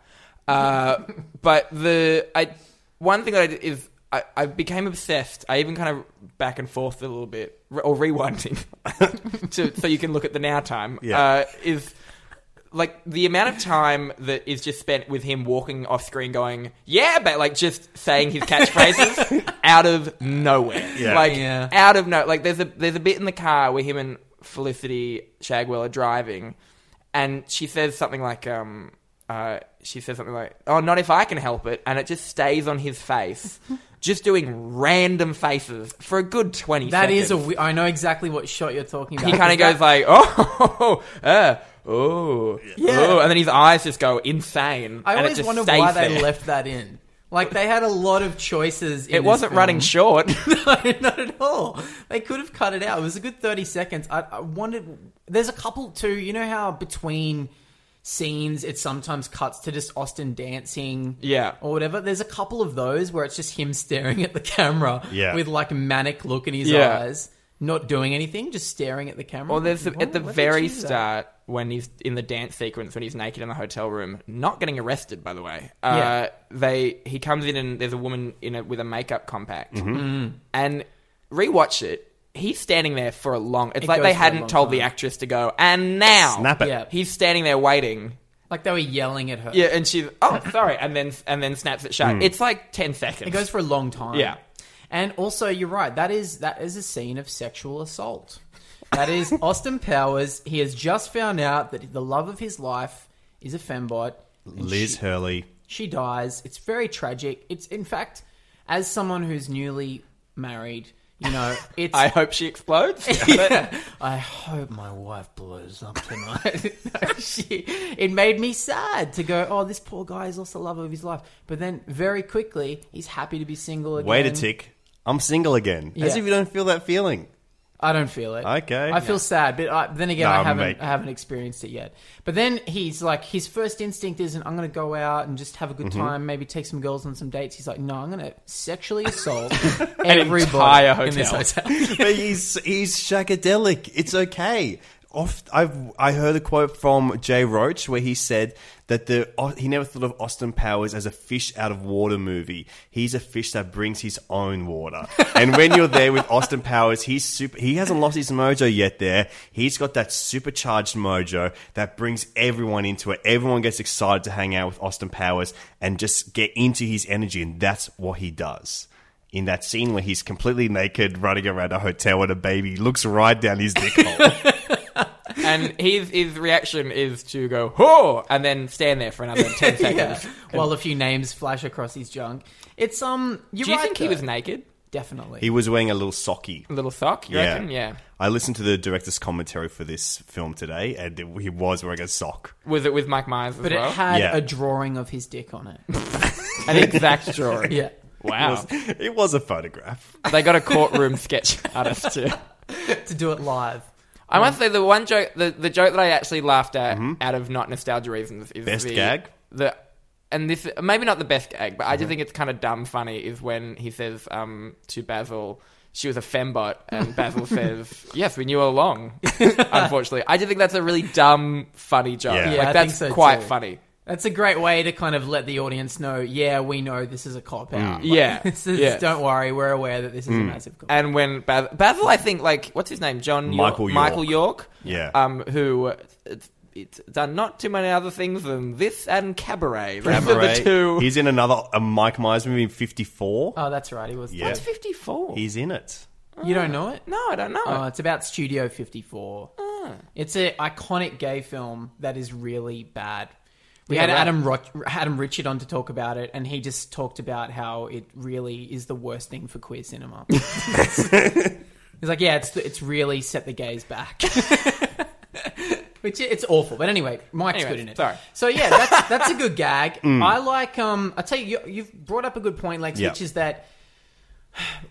[SPEAKER 4] Uh, but the I one thing that I did is I, I became obsessed. I even kind of back and forth a little bit, or rewinding, to, so you can look at the now time.
[SPEAKER 2] Yeah.
[SPEAKER 4] Uh, is like the amount of time that is just spent with him walking off screen, going yeah, but like just saying his catchphrases out of nowhere,
[SPEAKER 2] Yeah.
[SPEAKER 4] like
[SPEAKER 3] Yeah.
[SPEAKER 4] out of no, like there's a there's a bit in the car where him and Felicity Shagwell are driving, and she says something like um. Uh, she says something like, "Oh, not if I can help it," and it just stays on his face, just doing random faces for a good twenty.
[SPEAKER 3] That
[SPEAKER 4] seconds
[SPEAKER 3] is a. We- I know exactly what shot you're talking about.
[SPEAKER 4] he kind of goes like, oh, uh, oh, oh, and then his eyes just go insane.
[SPEAKER 3] I
[SPEAKER 4] and it
[SPEAKER 3] always
[SPEAKER 4] just
[SPEAKER 3] wondered
[SPEAKER 4] stays
[SPEAKER 3] why they
[SPEAKER 4] there.
[SPEAKER 3] left that in. Like they had a lot of choices. In
[SPEAKER 4] It
[SPEAKER 3] this
[SPEAKER 4] wasn't
[SPEAKER 3] film.
[SPEAKER 4] running short.
[SPEAKER 3] no, not at all. They could have cut it out. It was a good thirty seconds. I, I wondered. There's a couple too. You know how between scenes it sometimes cuts to just Austin dancing,
[SPEAKER 4] Yeah.
[SPEAKER 3] or whatever. There's a couple of those where it's just him staring at the camera,
[SPEAKER 2] Yeah.
[SPEAKER 3] with like a manic look in his
[SPEAKER 4] Yeah.
[SPEAKER 3] eyes, not doing anything, just staring at the camera.
[SPEAKER 4] Well, there's the,
[SPEAKER 3] Why-
[SPEAKER 4] at the
[SPEAKER 3] why did they
[SPEAKER 4] very
[SPEAKER 3] choose that?
[SPEAKER 4] start when he's in the dance sequence when he's naked in the hotel room, not getting arrested, by the way. Uh,
[SPEAKER 3] Yeah.
[SPEAKER 4] They he comes in and there's a woman in a, with a makeup compact,
[SPEAKER 3] Mm-hmm.
[SPEAKER 4] and rewatch it. He's standing there for a long. It's
[SPEAKER 3] It
[SPEAKER 4] like
[SPEAKER 3] goes
[SPEAKER 4] they
[SPEAKER 3] for a long
[SPEAKER 4] hadn't told the
[SPEAKER 3] time.
[SPEAKER 4] actress to go. And now,
[SPEAKER 2] Snap it.
[SPEAKER 3] Yeah.
[SPEAKER 4] He's standing there waiting.
[SPEAKER 3] Like they were yelling at her.
[SPEAKER 4] Yeah, and she's oh sorry, and then and then snaps it
[SPEAKER 3] Mm.
[SPEAKER 4] shut. It's like ten seconds.
[SPEAKER 3] It goes for a long time.
[SPEAKER 4] Yeah.
[SPEAKER 3] And also, you're right. That is that is a scene of sexual assault. That is Austin Powers. He has just found out that the love of his life is a fembot. and
[SPEAKER 2] Liz
[SPEAKER 3] she-
[SPEAKER 2] Hurley.
[SPEAKER 3] she dies. It's very tragic. It's in fact, as someone who's newly married, you know, it's.
[SPEAKER 4] I hope she explodes.
[SPEAKER 3] I hope my wife blows up tonight. No, she, it made me sad to go, oh, this poor guy has lost the love of his life. But then very quickly, he's happy to be single again.
[SPEAKER 2] Wait a tick. I'm single again. As
[SPEAKER 3] Yeah.
[SPEAKER 2] if you don't feel that feeling.
[SPEAKER 3] I don't feel it.
[SPEAKER 2] Okay.
[SPEAKER 3] I feel sad, but I, then again,
[SPEAKER 2] Nah,
[SPEAKER 3] I haven't
[SPEAKER 2] mate.
[SPEAKER 3] I haven't experienced it yet. But then he's like, his first instinct isn't, I'm going to go out and just have a good
[SPEAKER 2] Mm-hmm.
[SPEAKER 3] time, maybe take some girls on some dates. He's like, no, I'm going to sexually assault everybody
[SPEAKER 4] entire
[SPEAKER 3] in this
[SPEAKER 4] hotel.
[SPEAKER 3] hotel.
[SPEAKER 2] but he's he's shagadelic. It's okay. Oft, I've I heard a quote from Jay Roach where he said that the he never thought of Austin Powers as a fish out of water movie. He's a fish that brings his own water. and when you're there with Austin Powers, he's super. He hasn't lost his mojo yet. There, he's got that supercharged mojo that brings everyone into it. Everyone gets excited to hang out with Austin Powers and just get into his energy, and that's what he does in that scene where he's completely naked running around a hotel and a baby looks right down his dick hole.
[SPEAKER 4] and his his reaction is to go ho and then stand there for another ten seconds.
[SPEAKER 3] yeah. While a few names flash across his junk. It's, um, you're
[SPEAKER 4] Do you
[SPEAKER 3] right,
[SPEAKER 4] think he
[SPEAKER 3] though.
[SPEAKER 4] was naked?
[SPEAKER 3] Definitely.
[SPEAKER 2] he was wearing a little socky.
[SPEAKER 4] Little sock, you reckon? Yeah.
[SPEAKER 2] I listened to the director's commentary for this film today, and it- he was wearing a sock.
[SPEAKER 4] Was it with Mike Myers as
[SPEAKER 3] but
[SPEAKER 4] well?
[SPEAKER 3] it had
[SPEAKER 2] Yeah.
[SPEAKER 3] a drawing of his dick on it.
[SPEAKER 4] An exact drawing.
[SPEAKER 3] yeah.
[SPEAKER 4] Wow.
[SPEAKER 3] Oh.
[SPEAKER 2] It was a photograph.
[SPEAKER 4] they got a courtroom sketch artist too.
[SPEAKER 3] To do it live.
[SPEAKER 4] I must say the one joke, the, the joke that I actually laughed at out of not nostalgia reasons
[SPEAKER 2] Mm-hmm.
[SPEAKER 4] is
[SPEAKER 2] Best
[SPEAKER 4] the,
[SPEAKER 2] gag? Mm-hmm.
[SPEAKER 4] The and this maybe not the best gag, but I just think it's kind of dumb funny is when he says um, to Basil. She was a fembot, and Basil says, "Yes, we knew all along." Unfortunately, I just think that's a really dumb, funny joke.
[SPEAKER 2] Yeah. Yeah,
[SPEAKER 4] like
[SPEAKER 3] I
[SPEAKER 4] that's
[SPEAKER 3] think so
[SPEAKER 4] quite
[SPEAKER 3] too.
[SPEAKER 4] funny.
[SPEAKER 3] That's a great way to kind of let the audience know, yeah, we know this is a cop out. Like,
[SPEAKER 4] Yeah,
[SPEAKER 3] this is,
[SPEAKER 4] yeah.
[SPEAKER 3] Don't worry, we're aware that this is a massive cop out.
[SPEAKER 4] And when Basil, Basil, I think like what's his name, John York-
[SPEAKER 2] Michael York.
[SPEAKER 4] Michael York,
[SPEAKER 2] Yeah.
[SPEAKER 4] um, who uh, it's, it's done not too many other things than this and Cabaret. Those are
[SPEAKER 2] Cabaret.
[SPEAKER 4] the two.
[SPEAKER 2] He's in another a Mike Myers movie in 54.
[SPEAKER 3] Oh, that's right. He was.
[SPEAKER 2] Yeah.
[SPEAKER 4] What's fifty four?
[SPEAKER 2] He's in it.
[SPEAKER 3] You don't know it?
[SPEAKER 4] No, I don't know.
[SPEAKER 3] Oh, it's about Studio 54.
[SPEAKER 4] Ah.
[SPEAKER 3] It's an iconic gay film that is really bad. We had
[SPEAKER 4] right.
[SPEAKER 3] Adam Ro- Adam Richard on to talk about it, and he just talked about how it really is the worst thing for queer cinema. He's like, yeah, it's it's really set the gays back. Which i- it's awful, but anyway, Mike's
[SPEAKER 4] Anyway,
[SPEAKER 3] good in it.
[SPEAKER 4] sorry. Mm.
[SPEAKER 3] So yeah, that's that's a good gag. I like. Um, I tell you, you, you've brought up a good point, Lex,
[SPEAKER 2] Yeah.
[SPEAKER 3] which is that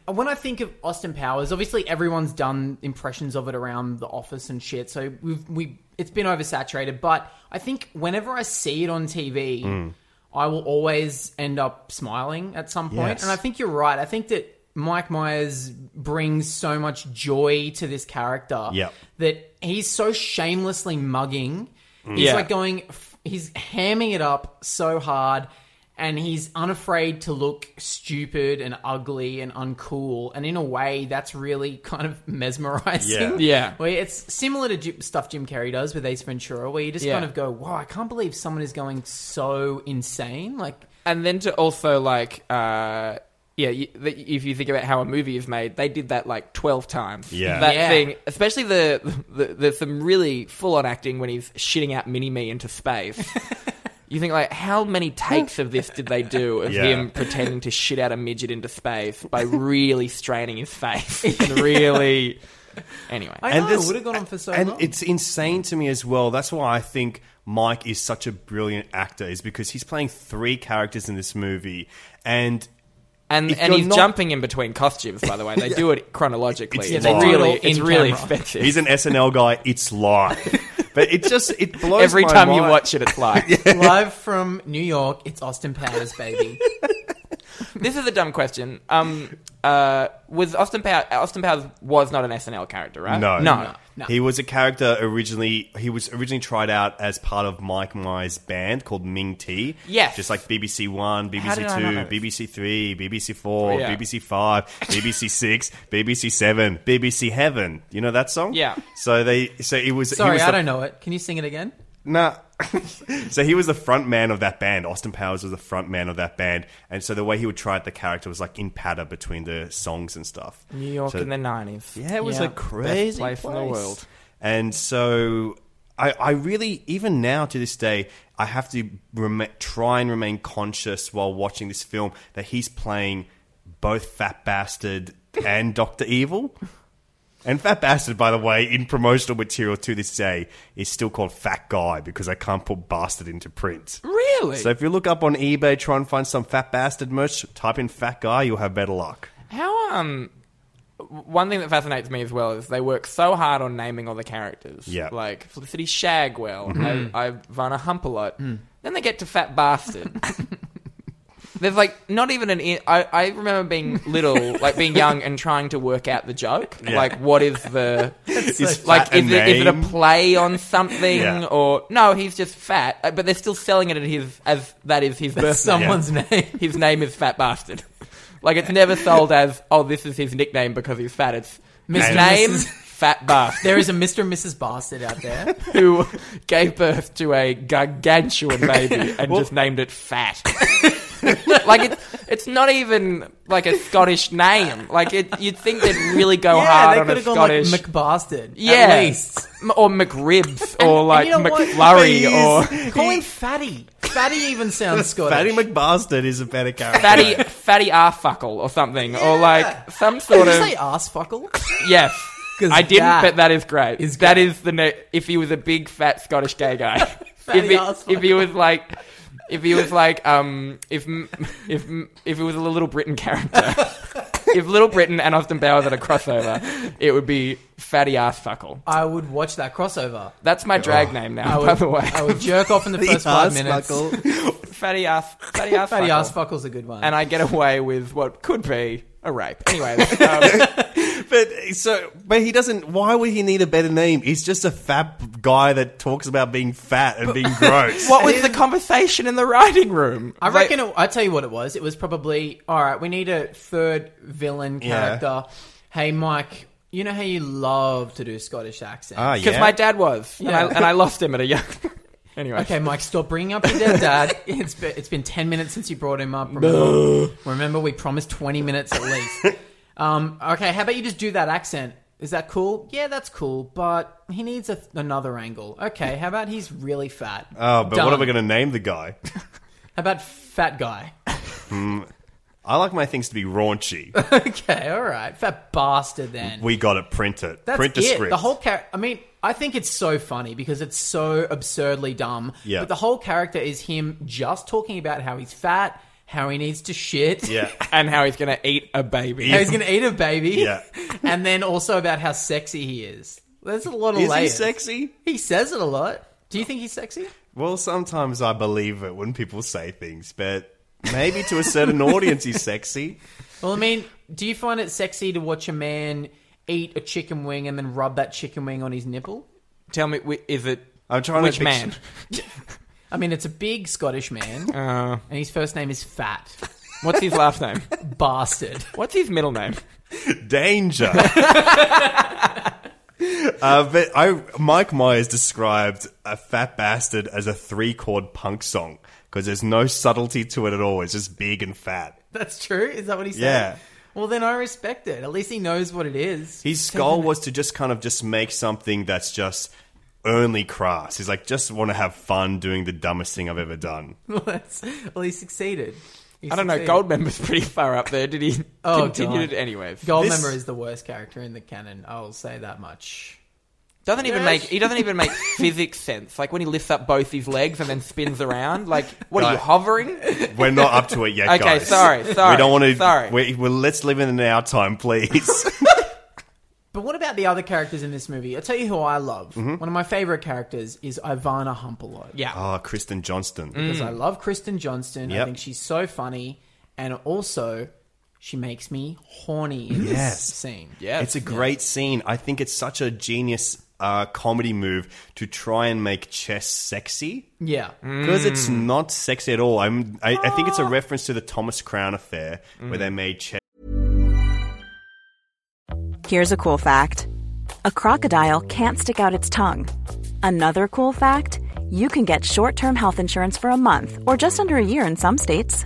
[SPEAKER 3] uh, when I think of Austin Powers, obviously everyone's done impressions of it around the office and shit. So we've we it's been oversaturated, but I think whenever I see it on TV,
[SPEAKER 2] Mm.
[SPEAKER 3] I will always end up smiling at some point.
[SPEAKER 2] Yes.
[SPEAKER 3] And I think you're right. I think that Mike Myers brings so much joy to this character
[SPEAKER 2] Yep.
[SPEAKER 3] that he's so shamelessly mugging. He's
[SPEAKER 4] Yeah.
[SPEAKER 3] like going, f- he's hamming it up so hard. and he's unafraid to look stupid and ugly and uncool. And in a way, that's really kind of mesmerizing.
[SPEAKER 2] Yeah.
[SPEAKER 4] Yeah.
[SPEAKER 3] Where it's similar to Jim, stuff Jim Carrey does with Ace Ventura, where you just
[SPEAKER 4] Yeah.
[SPEAKER 3] kind of go, wow, I can't believe someone is going so insane. Like,
[SPEAKER 4] and then to also like uh yeah you, the, if you think about how a movie is made they did that like 12 times
[SPEAKER 2] Yeah.
[SPEAKER 4] that
[SPEAKER 3] Yeah.
[SPEAKER 4] thing especially the, the there's some really full-on acting when he's shitting out mini me into space you think like how many takes of this did they do of
[SPEAKER 2] Yeah.
[SPEAKER 4] him pretending to shit out a midget into space by really straining his face and really anyway
[SPEAKER 3] I know, Oh, it would have gone on for so
[SPEAKER 2] and
[SPEAKER 3] long.
[SPEAKER 2] it's insane to me as well. That's why I think Mike is such a brilliant actor, is because he's playing three characters in this movie, and
[SPEAKER 4] and
[SPEAKER 2] if
[SPEAKER 4] and
[SPEAKER 2] you're
[SPEAKER 4] he's
[SPEAKER 2] not-
[SPEAKER 4] jumping in between costumes by the way they do it chronologically
[SPEAKER 2] It's
[SPEAKER 4] it's,
[SPEAKER 2] live.
[SPEAKER 4] really
[SPEAKER 3] In
[SPEAKER 4] it's really
[SPEAKER 3] camera.
[SPEAKER 4] expensive
[SPEAKER 2] he's an SNL guy. It's live, but it just it blows
[SPEAKER 4] every
[SPEAKER 2] my
[SPEAKER 4] time you
[SPEAKER 2] mind.
[SPEAKER 4] watch it it's like
[SPEAKER 3] live from New York, it's Austin Powers, baby.
[SPEAKER 4] This is a dumb question. Um, uh, was Austin Powers? Austin Powers was not an SNL character, right?
[SPEAKER 2] No,
[SPEAKER 4] no.
[SPEAKER 3] no.
[SPEAKER 2] He was a character originally. He was originally tried out as part of Mike Myers' band called Ming T.
[SPEAKER 4] Yes.
[SPEAKER 2] just like BBC One, BBC
[SPEAKER 4] How did I know
[SPEAKER 2] Two,
[SPEAKER 4] this? Oh,
[SPEAKER 2] BBC Three, BBC Four,
[SPEAKER 4] Yeah.
[SPEAKER 2] BBC Five, BBC Six, BBC Seven, BBC Heaven. You know that song?
[SPEAKER 4] Yeah.
[SPEAKER 2] So they. So it was. he
[SPEAKER 3] Sorry,
[SPEAKER 2] was
[SPEAKER 3] I
[SPEAKER 2] the-
[SPEAKER 3] don't know it. Can you sing it again?
[SPEAKER 2] Nah. so he was the front man of that band. Austin Powers was the front man of that band, and so the way he would try out the character was like in patter between the songs and stuff.
[SPEAKER 4] New York
[SPEAKER 2] So-
[SPEAKER 4] in the nineties.
[SPEAKER 2] yeah, it was
[SPEAKER 3] Yeah.
[SPEAKER 2] a crazy
[SPEAKER 4] Best place in the world.
[SPEAKER 2] And so I, I really, even now to this day, I have to rem- try and remain conscious while watching this film that he's playing both Fat Bastard and Doctor Evil. And Fat Bastard, by the way, in promotional material to this day, is still called Fat Guy because I can't put bastard into print.
[SPEAKER 4] Really?
[SPEAKER 2] So if you look up on eBay, try and find some Fat Bastard merch, type in Fat Guy, you'll have better luck.
[SPEAKER 4] How? Um, w- one thing that fascinates me as well is they work so hard on naming all the characters.
[SPEAKER 2] Yeah. Mm-hmm.
[SPEAKER 4] Like Felicity Shagwell, I, Ivana Humpalot. Then they get to Fat Bastard. There's like not even an. In- I, I remember being little, like being young, and trying to work out the joke.
[SPEAKER 2] Yeah.
[SPEAKER 4] Like, what is the
[SPEAKER 2] Is
[SPEAKER 4] like
[SPEAKER 2] fat a
[SPEAKER 4] is it, is it a
[SPEAKER 2] name?
[SPEAKER 4] play on something
[SPEAKER 2] Yeah.
[SPEAKER 4] or no he's just fat uh, but they're still selling it at his as that is his birth
[SPEAKER 3] Someone's name.
[SPEAKER 4] his name is fat bastard like it's never sold as oh this is his nickname because he's fat it's his
[SPEAKER 3] Mr.
[SPEAKER 4] name
[SPEAKER 3] Mrs.
[SPEAKER 4] fat bastard
[SPEAKER 3] There is a Mr. and Mrs. Bastard out there.
[SPEAKER 4] who gave birth to a gargantuan baby and just named it fat like it, it's not even like a Scottish name. Like it, you'd think they'd really go hard on a
[SPEAKER 3] could've
[SPEAKER 4] Scottish.
[SPEAKER 3] like McBastard.
[SPEAKER 4] Yeah.
[SPEAKER 3] At least.
[SPEAKER 4] M- or McRibs or like
[SPEAKER 3] you know what?
[SPEAKER 4] McFlurry or
[SPEAKER 3] Call him Fatty. Fatty even sounds Scottish.
[SPEAKER 2] Fatty McBastard is a better character.
[SPEAKER 4] Fatty Fatty Arfuckle or something or like some sort
[SPEAKER 3] Did you
[SPEAKER 4] of
[SPEAKER 3] say arsefuckle?
[SPEAKER 4] yes.
[SPEAKER 3] 'Cause
[SPEAKER 4] I didn't,
[SPEAKER 3] that
[SPEAKER 4] but that is great.
[SPEAKER 3] is
[SPEAKER 4] That
[SPEAKER 3] great.
[SPEAKER 4] is the ne- if he was a big fat Scottish gay guy. if,
[SPEAKER 3] Fatty
[SPEAKER 4] he,
[SPEAKER 3] Arsefuckle.
[SPEAKER 4] if he was like. If he was like, um, if m- if m- if it was a Little Britain character, if Little Britain and Austin Powers had a crossover, it would be Fatty Arsefuckle.
[SPEAKER 3] I would watch that crossover.
[SPEAKER 4] That's my drag name
[SPEAKER 3] Oh. I
[SPEAKER 4] now,
[SPEAKER 3] would,
[SPEAKER 4] by the way.
[SPEAKER 3] I would jerk off in the first five minutes.
[SPEAKER 4] Fatty ass, fatty ass,
[SPEAKER 3] Fatty
[SPEAKER 4] fuckle.
[SPEAKER 3] arsefuckle's a good one.
[SPEAKER 4] and I get away with what could be a rape. Anyway, um,
[SPEAKER 2] But so, but he doesn't. Why would he need a better name? He's just a fat guy that talks about being fat and being gross.
[SPEAKER 4] what was the conversation in the writing room?
[SPEAKER 3] I reckon. It, I tell you what it was. It was probably all right. We need a third villain
[SPEAKER 2] Yeah.
[SPEAKER 3] character. Hey, Mike. You know how you love to do Scottish accents.
[SPEAKER 2] Ah,
[SPEAKER 4] because
[SPEAKER 2] yeah.
[SPEAKER 4] my dad was, and, I,
[SPEAKER 3] Yeah.
[SPEAKER 4] and I lost him at a young. anyway,
[SPEAKER 3] Okay, Mike, stop bringing up your dead dad. It's been, it's been 10 minutes since you brought him up. Remember, remember we promised 20 minutes at least. um, okay, how about you just do that accent? Is that cool? Yeah, that's cool, but he needs a, another angle. Okay, how about he's really fat?
[SPEAKER 2] oh, but what
[SPEAKER 3] Done.
[SPEAKER 2] are we going to name the guy?
[SPEAKER 3] How about fat guy?
[SPEAKER 2] I like my things to be raunchy.
[SPEAKER 3] okay, all right. Fat bastard then.
[SPEAKER 2] we got it. Print it.
[SPEAKER 3] That's
[SPEAKER 2] print the
[SPEAKER 3] it.
[SPEAKER 2] script.
[SPEAKER 3] The whole character. I mean, I think it's so funny because it's so absurdly dumb.
[SPEAKER 2] Yeah.
[SPEAKER 3] But the whole character is him just talking about how he's fat, how he needs to shit.
[SPEAKER 2] yeah.
[SPEAKER 4] and how he's gonna eat a baby.
[SPEAKER 3] How he's going to eat a baby.
[SPEAKER 2] Yeah.
[SPEAKER 3] and then also about how sexy he is. There's a lot of
[SPEAKER 2] Is he
[SPEAKER 3] layers.
[SPEAKER 2] sexy?
[SPEAKER 3] He says it a lot. Do you think he's sexy?
[SPEAKER 2] Well, sometimes I believe it when people say things, but maybe to a certain audience he's sexy.
[SPEAKER 3] Well, I mean, do you find it sexy to watch a man eat a chicken wing and then rub that chicken wing on his nipple?
[SPEAKER 4] Tell me, wh- is it
[SPEAKER 2] I'm trying
[SPEAKER 4] which
[SPEAKER 2] to
[SPEAKER 4] man?
[SPEAKER 3] I mean, it's a big Scottish man,
[SPEAKER 4] Uh,
[SPEAKER 3] and his first name is Fat
[SPEAKER 4] what's his last name?
[SPEAKER 3] Bastard.
[SPEAKER 4] What's his middle name?
[SPEAKER 2] danger. Uh, but I, Mike Myers described a fat bastard as a three chord punk song because there's no subtlety to it at all. It's just big and fat.
[SPEAKER 3] That's true. Is that what he said?
[SPEAKER 2] Yeah.
[SPEAKER 3] Well, then I respect it. At least he knows what it is.
[SPEAKER 2] His goal was to just kind of just make something that's just only crass. He's like, just want to have fun doing the dumbest thing I've ever done.
[SPEAKER 3] That's, well, he succeeded. He
[SPEAKER 4] I don't know.
[SPEAKER 3] succeeded.
[SPEAKER 4] Goldmember's pretty far up there. Did he
[SPEAKER 3] Oh,
[SPEAKER 4] continue
[SPEAKER 3] God.
[SPEAKER 4] it anyways?
[SPEAKER 3] Goldmember
[SPEAKER 2] This-
[SPEAKER 3] is the worst character in the canon. I'll say that much.
[SPEAKER 4] Doesn't even make he doesn't even make physics sense. Like when he lifts up both his legs and then spins around. Like what are you
[SPEAKER 2] Guy-
[SPEAKER 4] hovering?
[SPEAKER 2] We're not up to it yet,
[SPEAKER 4] Okay,
[SPEAKER 2] guys.
[SPEAKER 4] sorry, sorry,
[SPEAKER 2] We don't want to.
[SPEAKER 4] sorry.
[SPEAKER 2] We, well, let's live in our time, please.
[SPEAKER 3] But what about the other characters in this movie? I'll tell you who I love. One of my favorite characters is Ivana Humpelo.
[SPEAKER 4] Yeah.
[SPEAKER 2] oh, Kristen Johnston.
[SPEAKER 4] Mm.
[SPEAKER 3] Because I love Kristen Johnston. I
[SPEAKER 2] Yep.
[SPEAKER 3] think she's so funny. And also, she makes me horny in
[SPEAKER 2] Yes.
[SPEAKER 3] this scene.
[SPEAKER 4] Yeah.
[SPEAKER 2] It's a great scene. I think it's such a genius uh, comedy move to try and make chess sexy
[SPEAKER 3] Yeah.
[SPEAKER 4] Mm.
[SPEAKER 2] because it's not sexy at all. I'm, I, I think it's
[SPEAKER 4] Ah.
[SPEAKER 2] a reference to the Thomas Crown affair where
[SPEAKER 4] Mm.
[SPEAKER 2] they made chess.
[SPEAKER 10] Here's a cool fact a crocodile can't stick out its tongue. Another cool fact you can get short term health insurance for a month or just under a year in some states.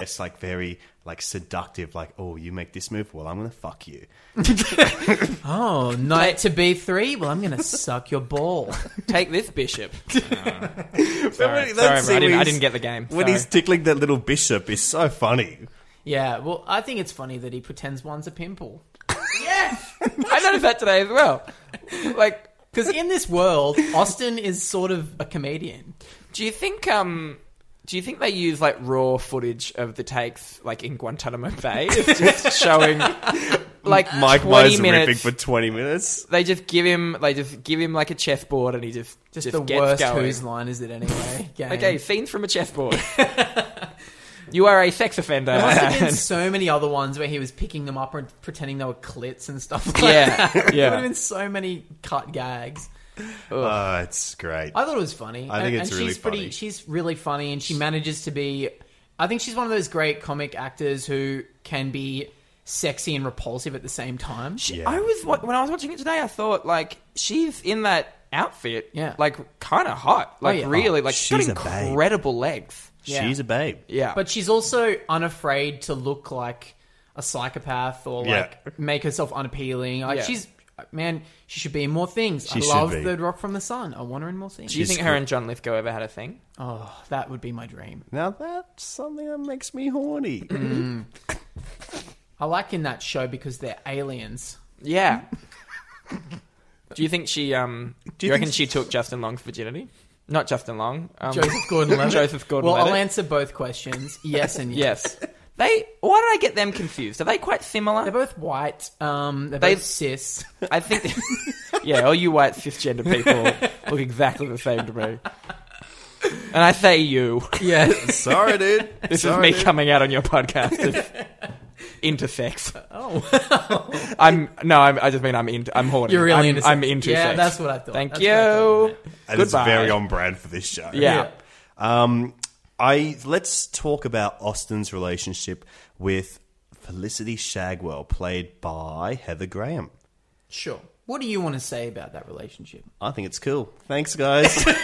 [SPEAKER 2] It's like very like seductive. Like, oh, you make this move, well, I'm gonna fuck you.
[SPEAKER 3] Oh, night to B3? Well, I'm going to suck your ball.
[SPEAKER 4] Take this bishop.
[SPEAKER 2] Sorry,
[SPEAKER 4] sorry, bro, I didn't- I didn't get the game.
[SPEAKER 2] When
[SPEAKER 4] Sorry.
[SPEAKER 2] he's tickling that little bishop is so funny.
[SPEAKER 3] Yeah, well, I think it's funny that he pretends one's a pimple.
[SPEAKER 4] I noticed that today as well. Like,
[SPEAKER 3] Because in this world, Austin is sort of a comedian.
[SPEAKER 4] do you think um, do you think they use like raw footage of the takes like in Guantanamo Bay? It's just showing like
[SPEAKER 2] Mike
[SPEAKER 4] Uh, twenty
[SPEAKER 2] was ripping
[SPEAKER 4] minutes.
[SPEAKER 2] for twenty minutes.
[SPEAKER 4] they just give him they just give him like a chessboard and he just
[SPEAKER 3] Just,
[SPEAKER 4] just,
[SPEAKER 3] the
[SPEAKER 4] gets
[SPEAKER 3] worst
[SPEAKER 4] going.
[SPEAKER 3] whose line is it anyway? game.
[SPEAKER 4] Okay, scenes from a chessboard. you are a sex offender.
[SPEAKER 3] There must have been so many other ones where he was picking them up and pretending they were clits and stuff like
[SPEAKER 4] Yeah,
[SPEAKER 3] that. There
[SPEAKER 4] yeah.
[SPEAKER 3] would have been so many cut gags.
[SPEAKER 2] Oh, it's great.
[SPEAKER 3] I thought it was funny.
[SPEAKER 2] I think
[SPEAKER 3] and,
[SPEAKER 2] it's
[SPEAKER 3] and
[SPEAKER 2] really
[SPEAKER 3] she's pretty,
[SPEAKER 2] funny.
[SPEAKER 3] She's really funny, and she manages to be. I think she's one of those great comic actors who can be sexy and repulsive at the same time.
[SPEAKER 4] I was wa- when I was watching it today. I thought like she's in that outfit,
[SPEAKER 3] Yeah.
[SPEAKER 4] like kind of hot, like
[SPEAKER 3] yeah.
[SPEAKER 4] really, like she's
[SPEAKER 2] she's a
[SPEAKER 4] got
[SPEAKER 2] babe.
[SPEAKER 4] incredible legs.
[SPEAKER 3] Yeah.
[SPEAKER 2] She's a babe.
[SPEAKER 4] Yeah,
[SPEAKER 3] But she's also unafraid to look like a psychopath or like
[SPEAKER 2] Yeah.
[SPEAKER 3] make herself unappealing. Like
[SPEAKER 4] Yeah.
[SPEAKER 3] she's man, she should be in more things.
[SPEAKER 2] She
[SPEAKER 3] I
[SPEAKER 2] should
[SPEAKER 3] love
[SPEAKER 2] be.
[SPEAKER 3] the drop from the sun. I want her in more things.
[SPEAKER 4] do you
[SPEAKER 2] she's
[SPEAKER 4] think her and John Lithgow ever had a thing?
[SPEAKER 3] oh, that would be my dream.
[SPEAKER 2] Now that's something that makes me horny.
[SPEAKER 4] Mm.
[SPEAKER 3] I like in that show because they're aliens.
[SPEAKER 4] Yeah. do you think she? Um, do you,
[SPEAKER 2] you think
[SPEAKER 4] reckon she took Justin Long's virginity? Not Justin Long. Um,
[SPEAKER 3] Joseph Gordon-Levitt.
[SPEAKER 4] Joseph
[SPEAKER 3] Well,
[SPEAKER 4] Gordon-Levitt.
[SPEAKER 3] I'll answer both questions. Yes and yes.
[SPEAKER 4] yes. They. Why did I get them confused? Are they quite similar?
[SPEAKER 3] They're both white. Um, they're
[SPEAKER 4] They-
[SPEAKER 3] both cis.
[SPEAKER 4] I think. yeah, all you white cisgender people look exactly the same to me. And I say you.
[SPEAKER 3] Yes.
[SPEAKER 2] Sorry, dude.
[SPEAKER 4] This
[SPEAKER 2] Sorry,
[SPEAKER 4] is me coming out on your podcast. into sex.
[SPEAKER 3] Oh.
[SPEAKER 4] I'm no, I'm, I just mean I'm into. I'm horny.
[SPEAKER 3] You're really
[SPEAKER 4] I'm,
[SPEAKER 3] into sex.
[SPEAKER 4] I'm into
[SPEAKER 3] Yeah,
[SPEAKER 4] sex.
[SPEAKER 3] that's what I thought.
[SPEAKER 4] Thank
[SPEAKER 3] That's
[SPEAKER 4] you.
[SPEAKER 3] what I thought you
[SPEAKER 2] And it's
[SPEAKER 4] Goodbye.
[SPEAKER 2] very on brand for this show.
[SPEAKER 4] Yeah.
[SPEAKER 2] Um, I let's talk about Austin's relationship with Felicity Shagwell, played by Heather Graham.
[SPEAKER 3] Sure. What do you want to say about that relationship?
[SPEAKER 2] I think it's cool. Thanks, guys. no,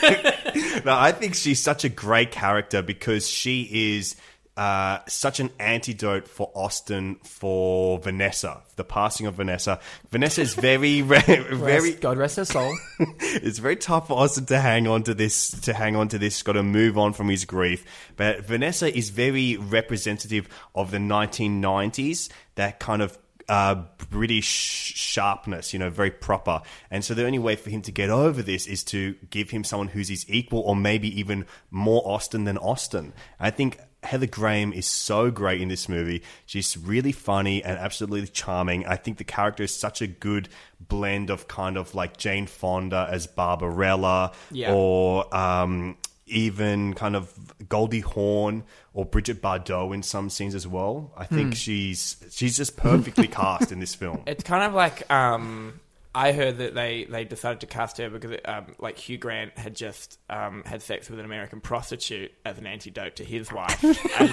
[SPEAKER 2] I think she's such a great character because she is uh, such an antidote for Austin for Vanessa, the passing of Vanessa. Vanessa is very, very,
[SPEAKER 3] Rest- God rest her soul.
[SPEAKER 2] it's very tough for Austin to hang on to this. To hang on to this, got to move on from his grief. But Vanessa is very representative of the 1990s. That kind of. Uh, British sharpness, you know, very proper. And so the only way for him to get over this is to give him someone who's his equal or maybe even more Austin than Austin. I think Heather Graham is so great in this movie. She's really funny and absolutely charming. I think the character is such a good blend of kind of like Jane Fonda as Barbarella
[SPEAKER 4] Yeah.
[SPEAKER 2] or um, even kind of Goldie Hawn or Bridget Bardot in some scenes as well. I think she's she's just perfectly cast in this film.
[SPEAKER 4] It's kind of like um, I heard that they, they decided to cast her because um, like Hugh Grant had just um, had sex with an American prostitute as an antidote to his wife. and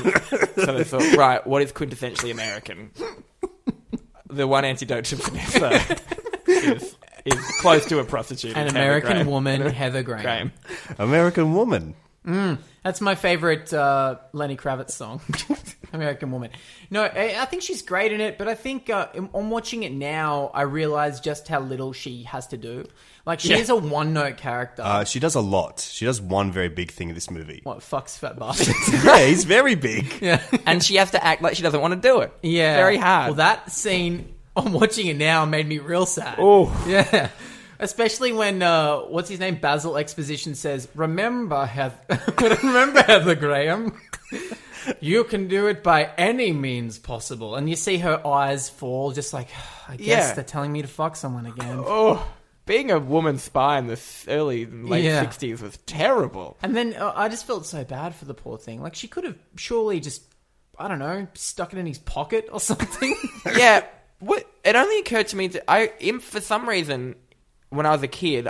[SPEAKER 4] so they thought, right, what is quintessentially American? The one antidote to Vanessa is, is close to a prostitute.
[SPEAKER 3] An
[SPEAKER 4] It's Heather
[SPEAKER 3] American
[SPEAKER 4] Graham.
[SPEAKER 3] woman, Heather Graham.
[SPEAKER 4] Graham.
[SPEAKER 2] American Woman.
[SPEAKER 3] That's my favorite uh, Lenny Kravitz song, American Woman. No, I, I think she's great in it, but I think uh, in- on watching it now, I realize just how little she has to do. Like, she
[SPEAKER 4] Yeah.
[SPEAKER 3] is a one note character.
[SPEAKER 2] Uh, she does a lot. She does one very big thing in this movie.
[SPEAKER 3] what fucks fat bastard?
[SPEAKER 2] Yeah, he's very big.
[SPEAKER 4] And she has to act like she doesn't want to do it.
[SPEAKER 3] yeah,
[SPEAKER 4] Very hard.
[SPEAKER 3] Well, that scene on watching it now made me real sad.
[SPEAKER 4] Oh.
[SPEAKER 3] yeah. Especially when uh, what's his name Basil Exposition says, "Remember, Heath- remember Heather Graham, you can do it by any means possible." And you see her eyes fall, just like I guess
[SPEAKER 4] Yeah.
[SPEAKER 3] they're telling me to fuck someone again.
[SPEAKER 4] Oh, being a woman spy in the early and late
[SPEAKER 3] Yeah.
[SPEAKER 4] 60s was terrible.
[SPEAKER 3] And then uh, I just felt so bad for the poor thing. Like she could have surely just, I don't know, stuck it in his pocket or something.
[SPEAKER 4] yeah. What, it only occurred to me that I, im- for some reason, when I was a kid,